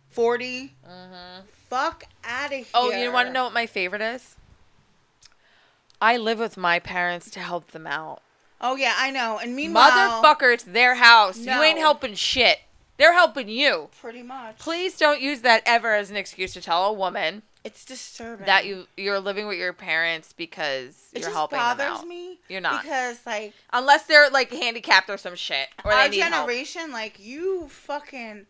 Speaker 2: 40.
Speaker 1: Mhm.
Speaker 2: Fuck out of here.
Speaker 1: Oh, you want to know what my favorite is? I live with my parents to help them out.
Speaker 2: Oh yeah, I know. And meanwhile,
Speaker 1: Motherfucker, it's their house. You ain't
Speaker 2: No.
Speaker 1: helping shit. They're helping you.
Speaker 2: pretty much.
Speaker 1: Please don't use that ever as an excuse to tell a woman
Speaker 2: It's disturbing
Speaker 1: that you you're living with your parents because
Speaker 2: It
Speaker 1: you're
Speaker 2: just
Speaker 1: helping them
Speaker 2: bothers
Speaker 1: out.
Speaker 2: me.
Speaker 1: You're not.
Speaker 2: because like
Speaker 1: Unless they're like handicapped or some shit, or
Speaker 2: our
Speaker 1: they need help.
Speaker 2: generation, like you fucking,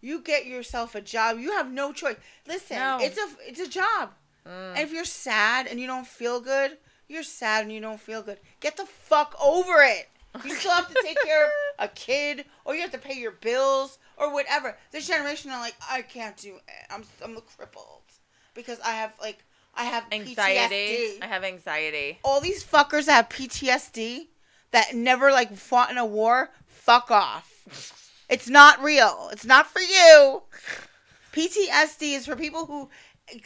Speaker 2: you get yourself a job. You have no choice. Listen,
Speaker 1: No.
Speaker 2: it's a it's a job.
Speaker 1: Mm.
Speaker 2: And if you're sad and you don't feel good, you're sad and you don't feel good. Get the fuck over it. You still have to take care of a kid, or you have to pay your bills, or whatever. This generation are like, I can't do it. I'm I'm crippled because I have like I have
Speaker 1: Anxiety.
Speaker 2: PTSD
Speaker 1: I have anxiety.
Speaker 2: all these fuckers that have PTSD that never like fought in a war, fuck off. It's not real. It's not for you. PTSD is for people who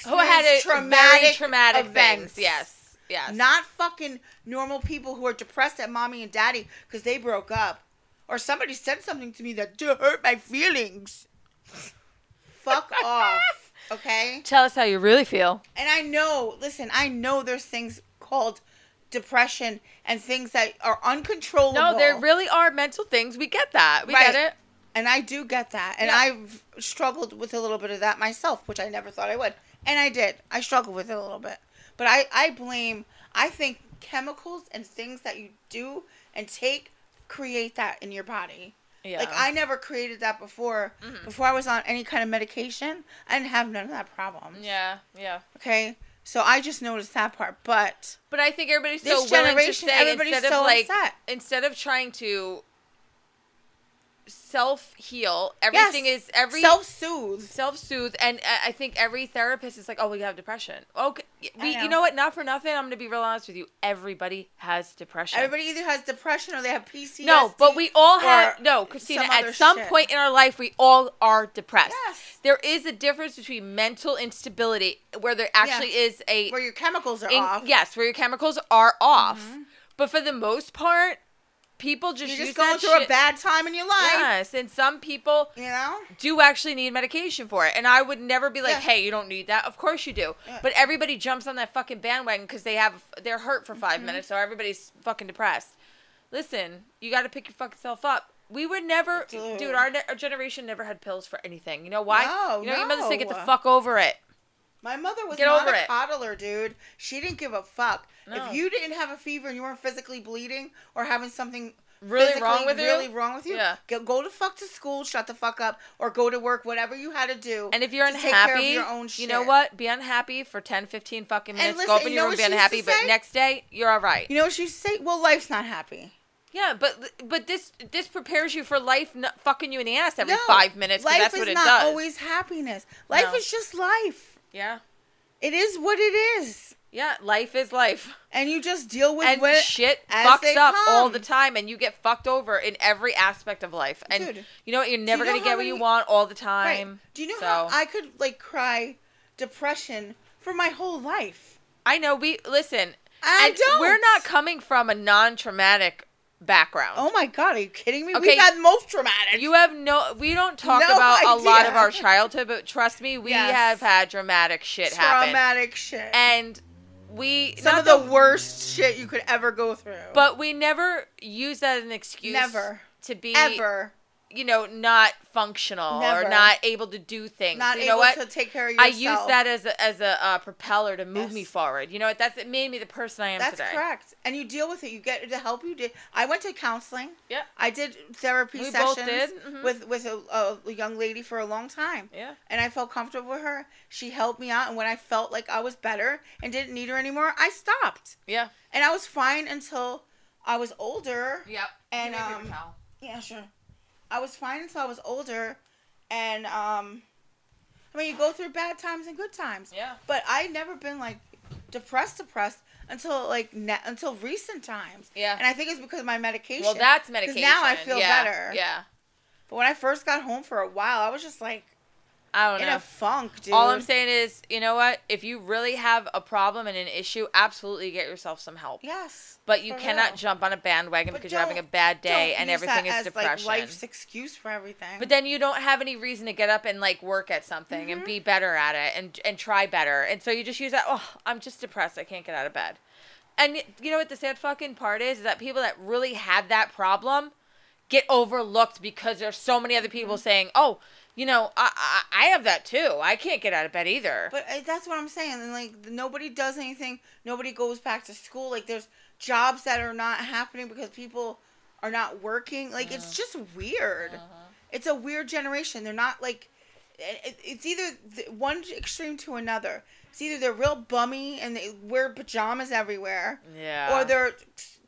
Speaker 1: Who had it
Speaker 2: experience
Speaker 1: very
Speaker 2: traumatic,
Speaker 1: traumatic
Speaker 2: events.
Speaker 1: things? Yes. Yes.
Speaker 2: Not fucking normal people who are depressed at mommy and daddy because they broke up, or somebody said something to me that d- hurt my feelings. fuck off. Okay.
Speaker 1: Tell us how you really feel.
Speaker 2: And I know, listen, I know there's things called depression and things that are uncontrollable.
Speaker 1: No, there really are mental things. We get that. We
Speaker 2: Right.
Speaker 1: get it.
Speaker 2: and I do get that. And
Speaker 1: Yeah.
Speaker 2: I've struggled with a little bit of that myself, which I never thought I would. And I did. I struggled with it a little bit. But I, I blame, I think chemicals and things that you do and take create that in your body.
Speaker 1: Yeah. Mm-hmm.
Speaker 2: Like I never created that before. Before I was on any kind of medication, I didn't have none of that problem.
Speaker 1: Yeah. Yeah.
Speaker 2: Okay. So I just noticed that part. But
Speaker 1: But I think everybody's
Speaker 2: This
Speaker 1: so willing to
Speaker 2: generation,
Speaker 1: say
Speaker 2: everybody's
Speaker 1: instead
Speaker 2: so
Speaker 1: of like
Speaker 2: upset.
Speaker 1: instead of trying to self heal, everything is every
Speaker 2: self soothes.
Speaker 1: self soothe, and I I think every therapist is like, "Oh, we have depression." Okay, we,
Speaker 2: I
Speaker 1: you
Speaker 2: know.
Speaker 1: know what? Not for nothing. I'm gonna be real honest with you. Everybody has depression.
Speaker 2: Everybody either has depression or they have PCS.
Speaker 1: no, but we all have
Speaker 2: or
Speaker 1: no, Christina.
Speaker 2: some other
Speaker 1: At some
Speaker 2: shit.
Speaker 1: point in our life, we all are depressed.
Speaker 2: Yes.
Speaker 1: There is a difference between mental instability, where there actually is a
Speaker 2: where your chemicals are
Speaker 1: in-
Speaker 2: off. Mm-hmm.
Speaker 1: Yes, where your chemicals are off. But for the most part, people just
Speaker 2: you're just
Speaker 1: use
Speaker 2: going
Speaker 1: that
Speaker 2: through
Speaker 1: shit-
Speaker 2: a bad time in your life.
Speaker 1: Yes, and some people
Speaker 2: You know.
Speaker 1: do actually need medication for it. And I would never be like,
Speaker 2: Yeah.
Speaker 1: "Hey, you don't need that." Of course you do.
Speaker 2: Yeah.
Speaker 1: But everybody jumps on that fucking bandwagon because they have they're hurt for
Speaker 2: Mm-hmm.
Speaker 1: 5 minutes, so everybody's fucking depressed. Listen, you got to pick your fucking self up. We were never,
Speaker 2: Dude.
Speaker 1: dude. our, ne- our generation never had pills for anything. You know why?
Speaker 2: No,
Speaker 1: you know your mother said, "Get the
Speaker 2: no.
Speaker 1: fuck over it."
Speaker 2: My mother was
Speaker 1: Get
Speaker 2: not
Speaker 1: over
Speaker 2: a
Speaker 1: it.
Speaker 2: coddler, dude. She didn't give a fuck.
Speaker 1: No.
Speaker 2: If you didn't have a fever and you weren't physically bleeding or having something
Speaker 1: Really
Speaker 2: physically
Speaker 1: wrong with you?
Speaker 2: really wrong with you,
Speaker 1: Yeah.
Speaker 2: go, go to fuck to school, shut the fuck up, or go to work, whatever you had to do.
Speaker 1: And if you're
Speaker 2: to take care of
Speaker 1: unhappy,
Speaker 2: your own
Speaker 1: you know
Speaker 2: shit.
Speaker 1: what? Be unhappy for 10, 15 fucking minutes.
Speaker 2: listen,
Speaker 1: go up in
Speaker 2: you know
Speaker 1: your room,
Speaker 2: what
Speaker 1: be
Speaker 2: she used
Speaker 1: unhappy,
Speaker 2: to
Speaker 1: but
Speaker 2: say?
Speaker 1: next day you're all right.
Speaker 2: you know what she say? Well, life's not happy.
Speaker 1: yeah, but but this this prepares you for life not fucking you in the ass every
Speaker 2: No,
Speaker 1: five minutes. 'cause
Speaker 2: Life
Speaker 1: that's
Speaker 2: is
Speaker 1: what it
Speaker 2: not
Speaker 1: does.
Speaker 2: always happiness. Life
Speaker 1: No.
Speaker 2: is just life.
Speaker 1: yeah,
Speaker 2: It is what it is,
Speaker 1: yeah. Life is life,
Speaker 2: and you just deal with
Speaker 1: and
Speaker 2: what.
Speaker 1: shit
Speaker 2: as
Speaker 1: fucks
Speaker 2: they
Speaker 1: up all
Speaker 2: come.
Speaker 1: the time, and you get fucked over in every aspect of life. And
Speaker 2: Dude,
Speaker 1: you know what? You're never
Speaker 2: know
Speaker 1: gonna
Speaker 2: how
Speaker 1: get what you
Speaker 2: many-
Speaker 1: want all the
Speaker 2: right.
Speaker 1: time.
Speaker 2: Do you know
Speaker 1: so.
Speaker 2: how I could like cry depression for my whole life?
Speaker 1: I know we listen.
Speaker 2: I
Speaker 1: and
Speaker 2: don't.
Speaker 1: We're not coming from a non-traumatic background.
Speaker 2: Oh my god, are you kidding me?
Speaker 1: Okay.
Speaker 2: We've had most traumatic.
Speaker 1: You have no. We don't talk
Speaker 2: No
Speaker 1: about a lot of
Speaker 2: idea.
Speaker 1: our childhood, but trust me, we
Speaker 2: Yes.
Speaker 1: have had dramatic shit happen,
Speaker 2: traumatic shit.
Speaker 1: and we
Speaker 2: Some
Speaker 1: not
Speaker 2: of the, worst shit you could ever go through.
Speaker 1: But we never use that as an excuse.
Speaker 2: Never.
Speaker 1: to be
Speaker 2: ever
Speaker 1: you know not functional
Speaker 2: Never.
Speaker 1: or not able to do things.
Speaker 2: not
Speaker 1: you
Speaker 2: able
Speaker 1: know what?
Speaker 2: to take care of
Speaker 1: I
Speaker 2: yourself.
Speaker 1: use that as a, as a uh, propeller to move
Speaker 2: Yes.
Speaker 1: me forward. You know what? That's it made me the person I am
Speaker 2: That's
Speaker 1: today.
Speaker 2: correct. And you deal with it. You get the help you did. I went to counseling.
Speaker 1: Yeah.
Speaker 2: I did therapy
Speaker 1: We
Speaker 2: sessions
Speaker 1: both did, mhm.
Speaker 2: with with a, a young lady for a long time.
Speaker 1: Yeah.
Speaker 2: And I felt comfortable with her. She helped me out, and when I felt like I was better and didn't need her anymore, I stopped.
Speaker 1: Yeah.
Speaker 2: And I was fine until I was older.
Speaker 1: Yep.
Speaker 2: And, um, Yeah, sure. I was fine until I was older, and um, I mean, you go through bad times and good times.
Speaker 1: Yeah.
Speaker 2: But I never been like depressed, depressed until like ne- until recent times.
Speaker 1: Yeah.
Speaker 2: And I think it's because of my medication.
Speaker 1: Well, that's
Speaker 2: 'Cause
Speaker 1: medication.
Speaker 2: Now I feel
Speaker 1: yeah,
Speaker 2: better.
Speaker 1: Yeah.
Speaker 2: But when I first got home for a while, I was just like
Speaker 1: I don't
Speaker 2: in
Speaker 1: know.
Speaker 2: a funk, dude.
Speaker 1: All I'm saying is, you know what? If you really have a problem and an issue, absolutely get yourself some help.
Speaker 2: Yes.
Speaker 1: But you
Speaker 2: for
Speaker 1: cannot
Speaker 2: real.
Speaker 1: jump on a bandwagon
Speaker 2: But
Speaker 1: because you're having a
Speaker 2: don't-
Speaker 1: bad day
Speaker 2: Don't
Speaker 1: and
Speaker 2: use
Speaker 1: everything
Speaker 2: that
Speaker 1: is
Speaker 2: as,
Speaker 1: depression.
Speaker 2: Like life's excuse for everything.
Speaker 1: but then you don't have any reason to get up and like work at something and
Speaker 2: Mhm.
Speaker 1: be better at it and and try better. And so you just use that, oh, I'm just depressed. I can't get out of bed. And y- you know what the sad fucking part is? Is that people that really have that problem get overlooked because there's so many other
Speaker 2: Mm-hmm.
Speaker 1: people saying, oh, you know, I, I I have that too. I can't get out of bed either.
Speaker 2: But uh, that's what I'm saying. And like th- nobody does anything. Nobody goes back to school. Like there's jobs that are not happening because people are not working. Like
Speaker 1: Uh-huh.
Speaker 2: it's just weird. It's a weird generation. They're not like it- it- it's either th- one extreme to another. It's either they're real bummy and they wear pajamas everywhere,
Speaker 1: yeah.
Speaker 2: or they're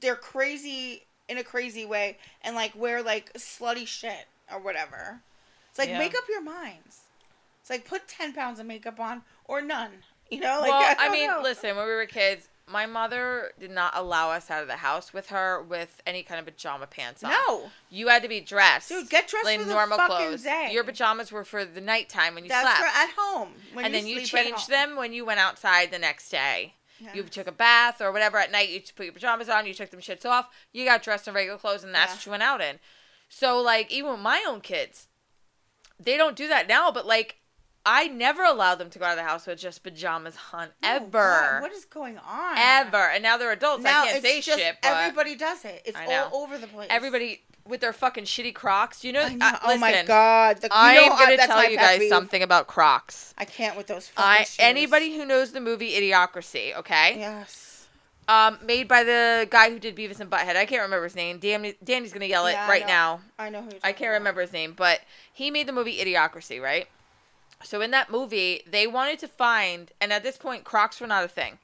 Speaker 2: they're crazy in a crazy way and like wear like slutty shit or whatever. It's like
Speaker 1: Yeah.
Speaker 2: make up your minds. It's like put ten pounds of makeup on or none. You know, like
Speaker 1: well, I,
Speaker 2: don't
Speaker 1: mean,
Speaker 2: know.
Speaker 1: listen, when we were kids, my mother did not allow us out of the house with her with any kind of pajama pants on.
Speaker 2: No,
Speaker 1: You had to be dressed.
Speaker 2: Dude, get dressed
Speaker 1: in
Speaker 2: for the fucking day.
Speaker 1: Your pajamas were for the nighttime when you
Speaker 2: that's
Speaker 1: slept.
Speaker 2: for at home. When
Speaker 1: and then you
Speaker 2: sleep at
Speaker 1: changed
Speaker 2: home.
Speaker 1: them when you went outside the next day. You
Speaker 2: Yes.
Speaker 1: took a bath or whatever at night. You put your pajamas on. You took them shits off. You got dressed in regular clothes, and that's
Speaker 2: Yeah.
Speaker 1: what you went out in. So like even with my own kids, they don't do that now. But like, I never allowed them to go out of the house with just pajamas on
Speaker 2: Oh,
Speaker 1: ever,
Speaker 2: God, what is going on?
Speaker 1: ever. And now they're adults.
Speaker 2: Now
Speaker 1: I can't
Speaker 2: it's
Speaker 1: say
Speaker 2: just
Speaker 1: shit. But everybody,
Speaker 2: everybody does it. It's
Speaker 1: I know.
Speaker 2: all over the place.
Speaker 1: with their fucking shitty Crocs. You know.
Speaker 2: I know.
Speaker 1: uh,
Speaker 2: oh my
Speaker 1: listen,
Speaker 2: god. The, you
Speaker 1: I'm
Speaker 2: know, I-
Speaker 1: gonna
Speaker 2: that's
Speaker 1: tell
Speaker 2: my
Speaker 1: you
Speaker 2: pet
Speaker 1: guys
Speaker 2: peeve.
Speaker 1: something about Crocs.
Speaker 2: I can't with those fucking
Speaker 1: I
Speaker 2: shoes.
Speaker 1: anybody who knows the movie Idiocracy, okay?
Speaker 2: Yes.
Speaker 1: Um, made by the guy who did Beavis and Butthead. I can't remember his name. Danny, Danny's gonna yell it
Speaker 2: Yeah, I
Speaker 1: right
Speaker 2: know.
Speaker 1: now.
Speaker 2: I know who. You're
Speaker 1: I
Speaker 2: talking
Speaker 1: can't
Speaker 2: about.
Speaker 1: remember his name, but he made the movie Idiocracy, right? So in that movie, they wanted to find, and at this point, Crocs were not a thing.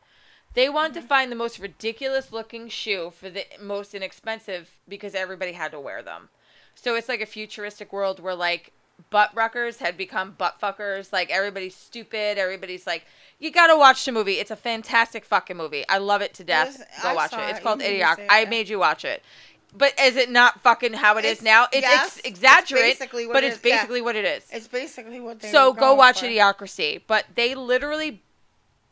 Speaker 1: They wanted
Speaker 2: Mm-hmm.
Speaker 1: to find the most ridiculous looking shoe for the most inexpensive because everybody had to wear them. So it's like a futuristic world where like butt ruckers had become butt fuckers. Like everybody's stupid. Everybody's like, you gotta watch the movie. It's a fantastic fucking movie. I love it to death.
Speaker 2: is-
Speaker 1: Go
Speaker 2: I
Speaker 1: watch it.
Speaker 2: saw it.
Speaker 1: It's
Speaker 2: You
Speaker 1: called
Speaker 2: made me
Speaker 1: Idioc.
Speaker 2: see
Speaker 1: I
Speaker 2: it.
Speaker 1: made you watch it. But is it not fucking how it is
Speaker 2: It's-
Speaker 1: now? It's
Speaker 2: yes,
Speaker 1: ex-
Speaker 2: it's
Speaker 1: exaggerate,
Speaker 2: basically what
Speaker 1: but
Speaker 2: it
Speaker 1: it's
Speaker 2: is, yeah.
Speaker 1: basically what it is.
Speaker 2: It's basically what they.
Speaker 1: so
Speaker 2: were
Speaker 1: go
Speaker 2: going
Speaker 1: watch
Speaker 2: for.
Speaker 1: Idiocracy. But they literally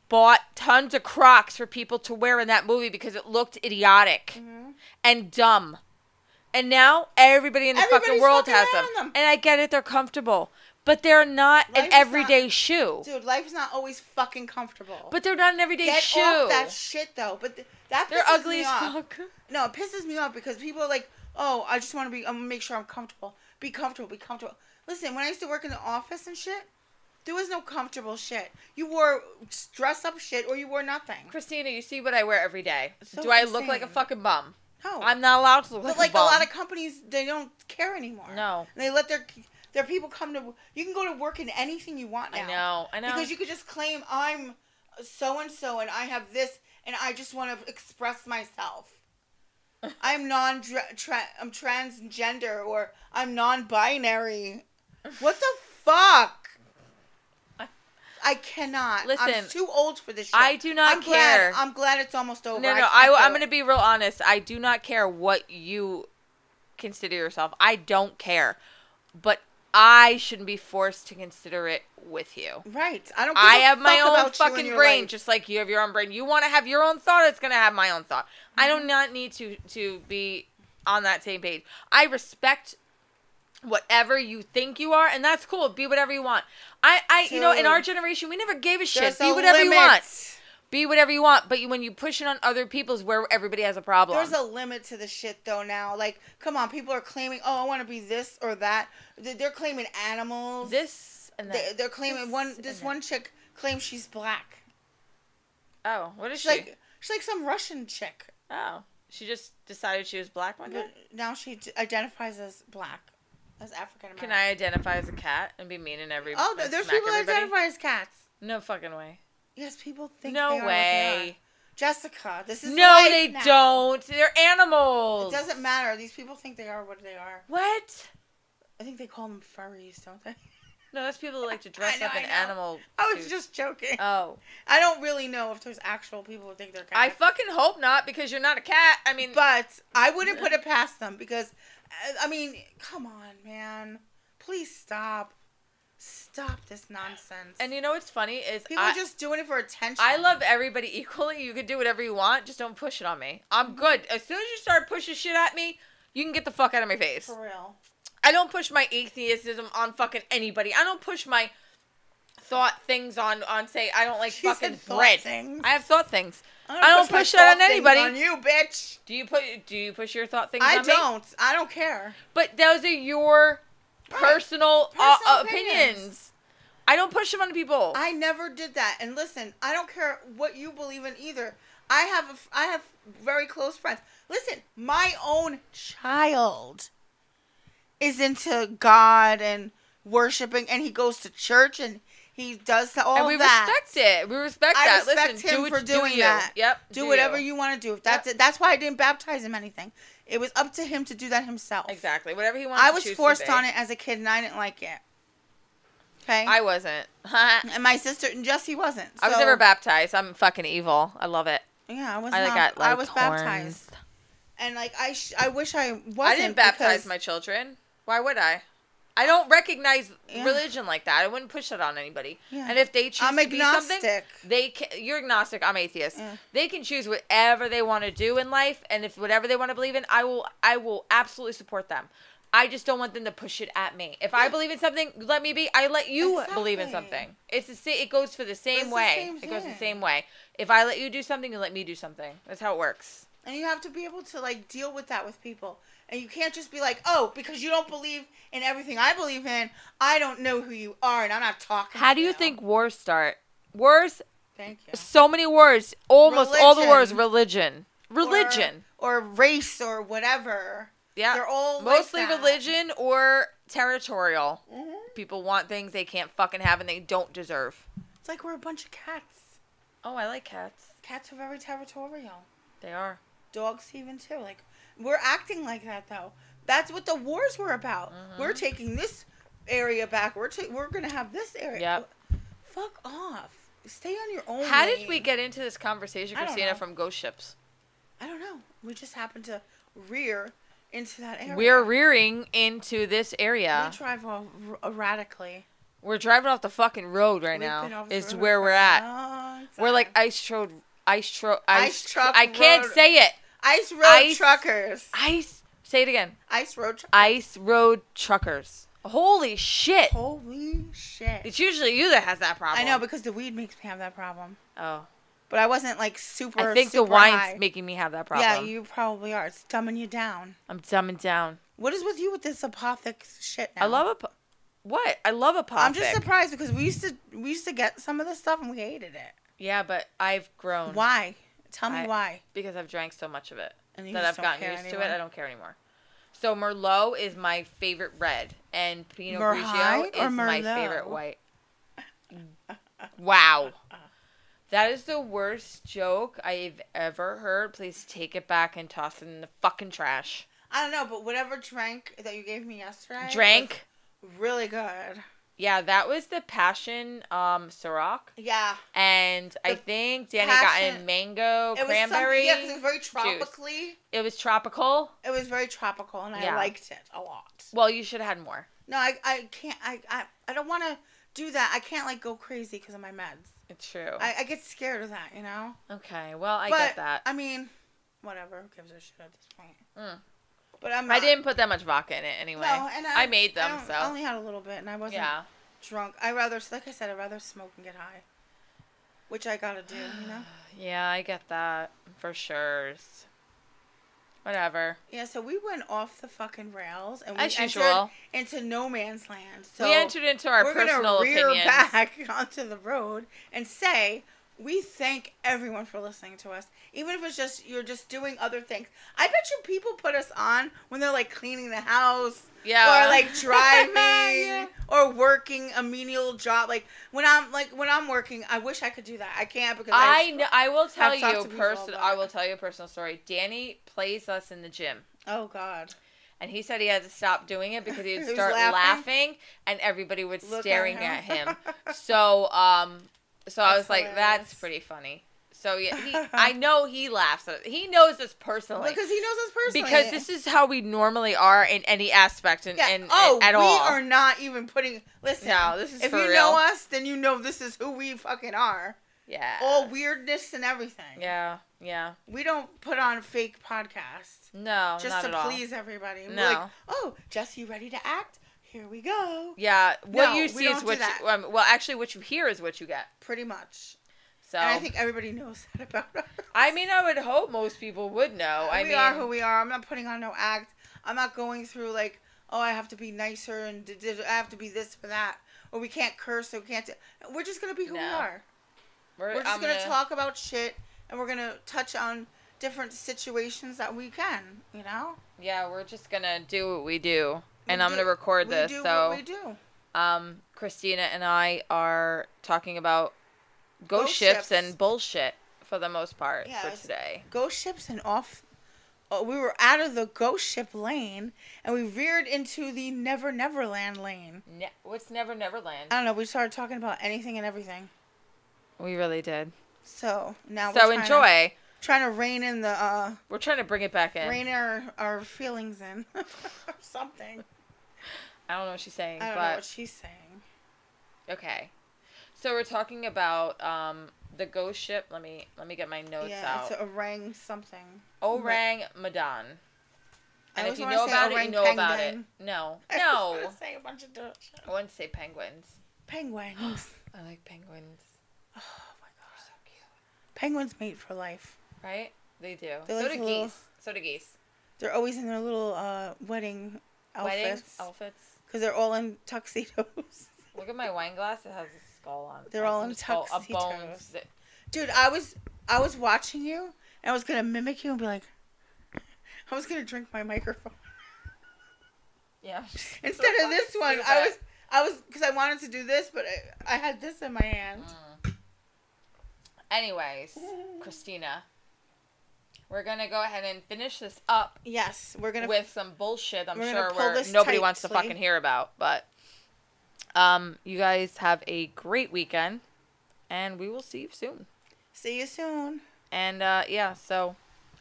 Speaker 1: bought tons of Crocs for people to wear in that movie because it looked idiotic
Speaker 2: Mhm.
Speaker 1: and dumb. And now everybody in the fucking
Speaker 2: Everybody's
Speaker 1: world
Speaker 2: fucking
Speaker 1: has them.
Speaker 2: wearing them.
Speaker 1: And I get it; they're comfortable, but they're not
Speaker 2: Life
Speaker 1: an
Speaker 2: is not-
Speaker 1: everyday shoe.
Speaker 2: Dude, life's not always fucking comfortable.
Speaker 1: But they're not an everyday
Speaker 2: get
Speaker 1: shoe.
Speaker 2: off that shit though. But th- that
Speaker 1: they're
Speaker 2: pisses
Speaker 1: ugly
Speaker 2: me
Speaker 1: as
Speaker 2: off.
Speaker 1: fuck.
Speaker 2: No, it pisses me off because people are like, oh, I just want to be. I'm gonna make sure I'm comfortable. Be comfortable. Be comfortable. Listen, when I used to work in the office and shit, there was no comfortable shit. You wore dress up shit or you wore nothing.
Speaker 1: Christina, you see what I wear every day.
Speaker 2: So
Speaker 1: Do I look like a
Speaker 2: insane.
Speaker 1: fucking bum?
Speaker 2: No,
Speaker 1: I'm not allowed to look
Speaker 2: Oh. but like
Speaker 1: like a
Speaker 2: a
Speaker 1: bum.
Speaker 2: lot of companies, they don't care anymore.
Speaker 1: No.
Speaker 2: and they let their their people come to. You can go to work in anything you want now.
Speaker 1: I know, I know.
Speaker 2: Because you could just claim I'm so and so and I have this and I just want to express myself. I'm non tra- I'm transgender or I'm non-binary. What the fuck? I cannot. I'm
Speaker 1: Listen,
Speaker 2: too old for this shit.
Speaker 1: I do not
Speaker 2: I'm
Speaker 1: care.
Speaker 2: Glad, I'm glad it's almost over.
Speaker 1: no, no,
Speaker 2: can't
Speaker 1: I,
Speaker 2: do
Speaker 1: I'm
Speaker 2: it.
Speaker 1: going to be real honest. I do not care what you consider yourself. I don't care. But I shouldn't be forced to consider it with you.
Speaker 2: right. I don't. Give
Speaker 1: I
Speaker 2: a
Speaker 1: have my
Speaker 2: fuck
Speaker 1: own
Speaker 2: about you and
Speaker 1: fucking
Speaker 2: your
Speaker 1: brain,
Speaker 2: life.
Speaker 1: just like you have your own brain. You want to have your own thought, it's going to have my own thought. I
Speaker 2: Mm-hmm.
Speaker 1: do not need to to be on that same page. I respect whatever you think you are, and that's cool. Be whatever you want. I, I, you know, in our
Speaker 2: Dude.
Speaker 1: generation, we never gave a shit.
Speaker 2: There's
Speaker 1: be
Speaker 2: a
Speaker 1: whatever you want.
Speaker 2: limit.
Speaker 1: Be whatever you want, but you, when you push it on other people's, where everybody has a problem.
Speaker 2: There's a limit to the shit though now. Like, come on, people are claiming, oh, I want to be this or that. They- They're claiming animals.
Speaker 1: this and
Speaker 2: They-
Speaker 1: that.
Speaker 2: They're claiming
Speaker 1: this
Speaker 2: one.
Speaker 1: and
Speaker 2: This
Speaker 1: that.
Speaker 2: one chick claims she's black.
Speaker 1: Oh, what is
Speaker 2: She's
Speaker 1: she?
Speaker 2: like she's like some Russian chick,
Speaker 1: oh, she just decided she was black one day.
Speaker 2: but now she d- identifies as black, as African American.
Speaker 1: Can I identify as a cat and be mean and every?
Speaker 2: Oh, th-
Speaker 1: and
Speaker 2: there's
Speaker 1: smack
Speaker 2: people that
Speaker 1: everybody?
Speaker 2: identify as cats.
Speaker 1: No fucking way.
Speaker 2: Yes, people think.
Speaker 1: No
Speaker 2: they are what they are.
Speaker 1: way.
Speaker 2: Jessica, this is
Speaker 1: No,
Speaker 2: life
Speaker 1: they
Speaker 2: now.
Speaker 1: don't. They're
Speaker 2: It
Speaker 1: animals.
Speaker 2: doesn't matter. These people think they are what they are.
Speaker 1: What?
Speaker 2: I think they call them furries, don't they?
Speaker 1: No, that's people that like to dress
Speaker 2: know,
Speaker 1: up
Speaker 2: I
Speaker 1: in
Speaker 2: know.
Speaker 1: animal.
Speaker 2: I was
Speaker 1: suits.
Speaker 2: just joking.
Speaker 1: Oh,
Speaker 2: I don't really know if there's actual people who think they're
Speaker 1: I
Speaker 2: kind
Speaker 1: fucking hope not because you're not a cat. I mean,
Speaker 2: but I wouldn't put it past them because, uh, I mean, come on, man. Please stop. Stop this nonsense.
Speaker 1: and you know what's funny is
Speaker 2: people
Speaker 1: I,
Speaker 2: are just doing it for attention.
Speaker 1: I love everybody equally. You can do whatever you want, just don't push it on me.
Speaker 2: Mm-hmm.
Speaker 1: I'm good. As soon as you start pushing shit at me, you can get the fuck out of my face.
Speaker 2: For real.
Speaker 1: I don't push my atheism on fucking anybody. I don't push my thought things on on say I don't like
Speaker 2: She
Speaker 1: fucking
Speaker 2: said thought
Speaker 1: bread.
Speaker 2: things.
Speaker 1: I have thought things.
Speaker 2: gonna
Speaker 1: I don't
Speaker 2: my
Speaker 1: push that on
Speaker 2: thought things
Speaker 1: anybody.
Speaker 2: On you, bitch.
Speaker 1: Do you put do you push your thought things
Speaker 2: I
Speaker 1: on me?
Speaker 2: don't. I don't care.
Speaker 1: But those are your
Speaker 2: Right.
Speaker 1: personal, uh,
Speaker 2: Personal
Speaker 1: uh, opinions.
Speaker 2: opinions.
Speaker 1: I don't push them on people.
Speaker 2: I never did that. And listen, I don't care what you believe in either. I have a f I have very close friends. Listen, my own child is into God and worshiping, and he goes to church and he does all
Speaker 1: and we
Speaker 2: that.
Speaker 1: respect it. We respect
Speaker 2: I
Speaker 1: that.
Speaker 2: respect
Speaker 1: Listen,
Speaker 2: him
Speaker 1: do what
Speaker 2: for
Speaker 1: you-
Speaker 2: doing
Speaker 1: do you.
Speaker 2: that.
Speaker 1: Yep.
Speaker 2: Do whatever
Speaker 1: you.
Speaker 2: you want to do. If that's it, that's why I didn't baptize him anything. It was up to him to do that himself.
Speaker 1: Exactly. Whatever he wants.
Speaker 2: I
Speaker 1: to
Speaker 2: was
Speaker 1: choose to
Speaker 2: forced
Speaker 1: be.
Speaker 2: on it as a kid, and I didn't like it. Okay.
Speaker 1: I wasn't.
Speaker 2: and my sister and Jesse wasn't.
Speaker 1: I was
Speaker 2: so-
Speaker 1: never baptized. I'm fucking evil. I love it.
Speaker 2: Yeah, I was
Speaker 1: I
Speaker 2: not.
Speaker 1: like got like
Speaker 2: I was
Speaker 1: horns.
Speaker 2: baptized, and like I, sh- I wish I wasn't.
Speaker 1: I didn't baptize
Speaker 2: because-
Speaker 1: my children. Why would I? I don't recognize
Speaker 2: Yeah.
Speaker 1: religion like that. I wouldn't push that on anybody.
Speaker 2: Yeah.
Speaker 1: And if they choose
Speaker 2: I'm
Speaker 1: to be something,
Speaker 2: agnostic.
Speaker 1: they can, you're agnostic. I'm atheist.
Speaker 2: Yeah.
Speaker 1: They can choose whatever they want to do in life, and if whatever they want to believe in, I will. I will absolutely support them. I just don't want them to push it at me. If I
Speaker 2: Yeah.
Speaker 1: believe in something, let me be. I let you believe in
Speaker 2: Exactly.
Speaker 1: something. It's the same. It goes for the same
Speaker 2: It's the
Speaker 1: way.
Speaker 2: same
Speaker 1: it goes the
Speaker 2: thing.
Speaker 1: same way. If I let you do something, you let me do something. That's how it works.
Speaker 2: And you have to be able to like deal with that with people, and you can't just be like, oh, because you don't believe in everything I believe in, I don't know who you are, and I'm not talking.
Speaker 1: How
Speaker 2: to
Speaker 1: do you think wars start? Wars
Speaker 2: Thank you.
Speaker 1: so many words almost all the words religion
Speaker 2: Or-
Speaker 1: religion
Speaker 2: or, race or whatever.
Speaker 1: yeah
Speaker 2: They're all like
Speaker 1: mostly
Speaker 2: that.
Speaker 1: religion or territorial
Speaker 2: Mhm.
Speaker 1: people want things they can't fucking have and they don't deserve
Speaker 2: It's like we're a bunch of cats.
Speaker 1: oh i like cats
Speaker 2: Cats are very territorial.
Speaker 1: they are
Speaker 2: dogs even too. Like we're acting like that though. That's what the wars were about.
Speaker 1: Mm-hmm.
Speaker 2: We're taking this area back. We're ta- we're gonna have this area.
Speaker 1: Yep.
Speaker 2: Fuck off. Stay on your own.
Speaker 1: how did
Speaker 2: lane.
Speaker 1: we get into this conversation
Speaker 2: I don't
Speaker 1: christina
Speaker 2: know.
Speaker 1: from ghost ships
Speaker 2: I don't know. We just happened to rear into that area.
Speaker 1: we're rearing into this area
Speaker 2: We drive off r- erratically.
Speaker 1: we're driving off the fucking road right
Speaker 2: We've been
Speaker 1: now
Speaker 2: off the
Speaker 1: is
Speaker 2: road
Speaker 1: where
Speaker 2: for
Speaker 1: we're
Speaker 2: a
Speaker 1: at
Speaker 2: long
Speaker 1: we're like
Speaker 2: time.
Speaker 1: ice road ice tro
Speaker 2: Ice
Speaker 1: ice
Speaker 2: truck
Speaker 1: i can't
Speaker 2: road.
Speaker 1: say it
Speaker 2: ice road
Speaker 1: ice-
Speaker 2: truckers.
Speaker 1: ice say it again
Speaker 2: Ice road truckers.
Speaker 1: ice road truckers holy shit
Speaker 2: Holy shit!
Speaker 1: It's usually you that has that problem.
Speaker 2: I know because the weed makes me have that problem.
Speaker 1: oh,
Speaker 2: But I wasn't like super.
Speaker 1: I think the
Speaker 2: super
Speaker 1: wine's
Speaker 2: high.
Speaker 1: making me have that problem.
Speaker 2: Yeah, you probably are. It's dumbing you down.
Speaker 1: I'm dumbing down.
Speaker 2: What is with you with this apothic shit now?
Speaker 1: I love a po- what? I love a pop.
Speaker 2: I'm just surprised because we used to we used to get some of this stuff and we hated it.
Speaker 1: yeah, but I've grown
Speaker 2: Why? Tell me
Speaker 1: I-
Speaker 2: why.
Speaker 1: because I've drank so much of it
Speaker 2: And you
Speaker 1: that I've
Speaker 2: just don't
Speaker 1: gotten
Speaker 2: care
Speaker 1: used to it.
Speaker 2: anymore.
Speaker 1: I don't care anymore. So Merlot is my favorite red, and Pinot
Speaker 2: Merhai
Speaker 1: Grigio
Speaker 2: or
Speaker 1: is my
Speaker 2: Merlot?
Speaker 1: favorite white. Wow. That is the worst joke I've ever heard. Please take it back and toss it in the fucking trash.
Speaker 2: I don't know, but whatever drink that you gave me yesterday,
Speaker 1: Drank.
Speaker 2: was really good.
Speaker 1: Yeah, that was the passion um Ciroc.
Speaker 2: Yeah,
Speaker 1: And I
Speaker 2: The
Speaker 1: think Danny got a
Speaker 2: passion-
Speaker 1: mango
Speaker 2: it
Speaker 1: Oh, cranberry.
Speaker 2: was something. Yeah, 'cause it was very tropically.
Speaker 1: it was tropical.
Speaker 2: It was very tropical, and
Speaker 1: Yeah.
Speaker 2: I liked it a lot.
Speaker 1: Well, you should have had more.
Speaker 2: No, I I can't. I I, I don't want to do that. I can't like go crazy because of my meds.
Speaker 1: It's true.
Speaker 2: I, I get scared of that, you know.
Speaker 1: okay, well, I
Speaker 2: but,
Speaker 1: get that.
Speaker 2: I mean, whatever. Who gives a shit at this point?
Speaker 1: Mm.
Speaker 2: But I'm.
Speaker 1: I
Speaker 2: not-
Speaker 1: didn't put that much vodka in it anyway.
Speaker 2: No, and I,
Speaker 1: I made them,
Speaker 2: don't-
Speaker 1: so.
Speaker 2: I only had a little bit, and I wasn't
Speaker 1: yeah.
Speaker 2: drunk. I rather, like I said, I would rather smoke and get high, which I gotta do, you know.
Speaker 1: Yeah, I get that for sure. Whatever.
Speaker 2: Yeah. So we went off the fucking rails, and we
Speaker 1: As
Speaker 2: entered
Speaker 1: usual.
Speaker 2: into no man's land. So
Speaker 1: we entered into our
Speaker 2: we're
Speaker 1: personal
Speaker 2: gonna rear
Speaker 1: opinions.
Speaker 2: back onto the road and say. We thank everyone for listening to us, even if it's just you're just doing other things. I bet you people put us on when they're like cleaning the house
Speaker 1: Yeah.
Speaker 2: or like driving
Speaker 1: Yeah.
Speaker 2: or working a menial job. Like when I'm like when I'm working, I wish I could do that. I can't because I,
Speaker 1: I know, I will tell
Speaker 2: I've talked to
Speaker 1: you a
Speaker 2: people
Speaker 1: person.
Speaker 2: about
Speaker 1: I
Speaker 2: it.
Speaker 1: will tell you a personal story. Danny plays us in the gym,
Speaker 2: oh god,
Speaker 1: and he said he had to stop doing it because he
Speaker 2: He
Speaker 1: would
Speaker 2: was
Speaker 1: start
Speaker 2: laughing.
Speaker 1: laughing. and everybody was
Speaker 2: Look at
Speaker 1: staring
Speaker 2: him.
Speaker 1: at him. So, um, so I
Speaker 2: That's
Speaker 1: was like, that's
Speaker 2: hilarious.
Speaker 1: pretty funny. So yeah, he, I know he laughs. At it. He knows us personally.
Speaker 2: because he knows us personally.
Speaker 1: because this is how we normally are in any aspect and,
Speaker 2: yeah.
Speaker 1: and,
Speaker 2: oh,
Speaker 1: at
Speaker 2: we
Speaker 1: all.
Speaker 2: are not even putting. Listen,
Speaker 1: No, this is
Speaker 2: if
Speaker 1: for
Speaker 2: you
Speaker 1: real.
Speaker 2: know us, then you know this is who we fucking are.
Speaker 1: yeah.
Speaker 2: All weirdness and everything.
Speaker 1: yeah, yeah.
Speaker 2: we don't put on fake podcasts
Speaker 1: No,
Speaker 2: just
Speaker 1: not
Speaker 2: to
Speaker 1: at all.
Speaker 2: please everybody. We're
Speaker 1: No.
Speaker 2: like, oh, Jess, you ready to act? Here we go.
Speaker 1: Yeah, what
Speaker 2: No, we
Speaker 1: you see
Speaker 2: don't
Speaker 1: is
Speaker 2: do
Speaker 1: what.
Speaker 2: that.
Speaker 1: You, um, well, actually, what you hear is what you get.
Speaker 2: Pretty much.
Speaker 1: So
Speaker 2: And I think everybody knows that about us.
Speaker 1: I mean, I would hope most people would know. I
Speaker 2: Uh, we
Speaker 1: mean,
Speaker 2: are who we are. I'm not putting on no act. I'm not going through like, oh, I have to be nicer and d- d- I have to be this for that, or we can't curse, or we can't. do- We're just gonna be who we
Speaker 1: No.
Speaker 2: are. We're just
Speaker 1: I'm
Speaker 2: gonna, talk about shit, and we're gonna touch on different situations that we can. You know.
Speaker 1: Yeah, we're just gonna do what we do, and
Speaker 2: We
Speaker 1: I'm
Speaker 2: do-
Speaker 1: gonna record
Speaker 2: we
Speaker 1: this.
Speaker 2: do
Speaker 1: so,
Speaker 2: what we do.
Speaker 1: um, Christina and I are talking about ghost,
Speaker 2: Ghost
Speaker 1: ships,
Speaker 2: ships.
Speaker 1: and bullshit for the most part
Speaker 2: Yes.
Speaker 1: for today.
Speaker 2: Ghost ships and off. Oh, we were out of the ghost ship lane, and we veered into the Never Never Land lane.
Speaker 1: Ne- What's Never Neverland?
Speaker 2: I don't know. We started talking about anything and everything.
Speaker 1: we really did.
Speaker 2: So now.
Speaker 1: So
Speaker 2: we're trying to-
Speaker 1: enjoy.
Speaker 2: trying to rein in the uh
Speaker 1: We're trying to bring it back in.
Speaker 2: rein our, our feelings in or something
Speaker 1: I don't know what she's saying,
Speaker 2: i don't know
Speaker 1: but
Speaker 2: what she's saying
Speaker 1: Okay. So we're talking about um the ghost ship. Let me let me get my notes
Speaker 2: yeah it's
Speaker 1: out.
Speaker 2: a orang something
Speaker 1: Orang Madan. And
Speaker 2: I always
Speaker 1: if you
Speaker 2: wanna
Speaker 1: know
Speaker 2: say
Speaker 1: about it, you
Speaker 2: orang
Speaker 1: know about it.
Speaker 2: penguin.
Speaker 1: No.
Speaker 2: I was
Speaker 1: No.
Speaker 2: gonna say a bunch of dumb shit.
Speaker 1: I wouldn't say penguins.
Speaker 2: penguins
Speaker 1: I like penguins.
Speaker 2: oh my
Speaker 1: They're
Speaker 2: god
Speaker 1: so cute.
Speaker 2: penguins mate for life
Speaker 1: Right? They do.
Speaker 2: They're
Speaker 1: so
Speaker 2: like
Speaker 1: do
Speaker 2: little
Speaker 1: geese. So do geese.
Speaker 2: they're always in their little uh wedding
Speaker 1: Weddings, Oh.
Speaker 2: outfits
Speaker 1: outfits.
Speaker 2: because they're all in tuxedos
Speaker 1: Look at my wine glass. It has a skull on. it.
Speaker 2: They're all
Speaker 1: Some
Speaker 2: in
Speaker 1: skull- A bone.
Speaker 2: tuxedos.
Speaker 1: that-
Speaker 2: dude i was i was watching you and i was gonna mimic you and be like i was gonna drink my microphone
Speaker 1: Yeah.
Speaker 2: Instead
Speaker 1: So
Speaker 2: of this
Speaker 1: fucking
Speaker 2: one, I was
Speaker 1: stupid.
Speaker 2: I was because I wanted to do this, but I, I had this in my hand.
Speaker 1: Mm. Anyways, Christina, we're gonna go ahead and finish this up
Speaker 2: Yes, we're gonna.
Speaker 1: with some bullshit. I'm
Speaker 2: we're gonna
Speaker 1: sure
Speaker 2: pull
Speaker 1: we're,
Speaker 2: this
Speaker 1: nobody wants to
Speaker 2: tightly.
Speaker 1: fucking hear about, but um, you guys have a great weekend, and we will see you soon.
Speaker 2: see you soon.
Speaker 1: And uh, yeah, so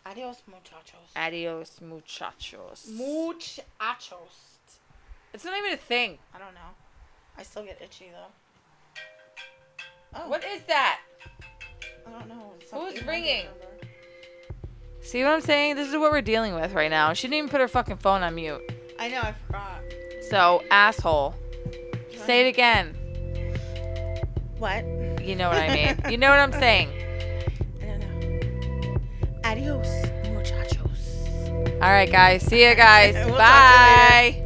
Speaker 2: Adios, muchachos.
Speaker 1: adios, muchachos.
Speaker 2: Muchachos.
Speaker 1: it's not even a thing.
Speaker 2: I don't know. I still get itchy though. Oh,
Speaker 1: What is that?
Speaker 2: I don't know. It's
Speaker 1: Who's
Speaker 2: some
Speaker 1: ringing?
Speaker 2: 800 number.
Speaker 1: See what I'm saying? This is what we're dealing with right now. She didn't even put her fucking phone on mute.
Speaker 2: I know. I forgot.
Speaker 1: So asshole. Say it again.
Speaker 2: What?
Speaker 1: You know what I mean. You know what I'm saying.
Speaker 2: I don't know. Adios, muchachos.
Speaker 1: All right, guys. See you guys.
Speaker 2: We'll talk
Speaker 1: Bye.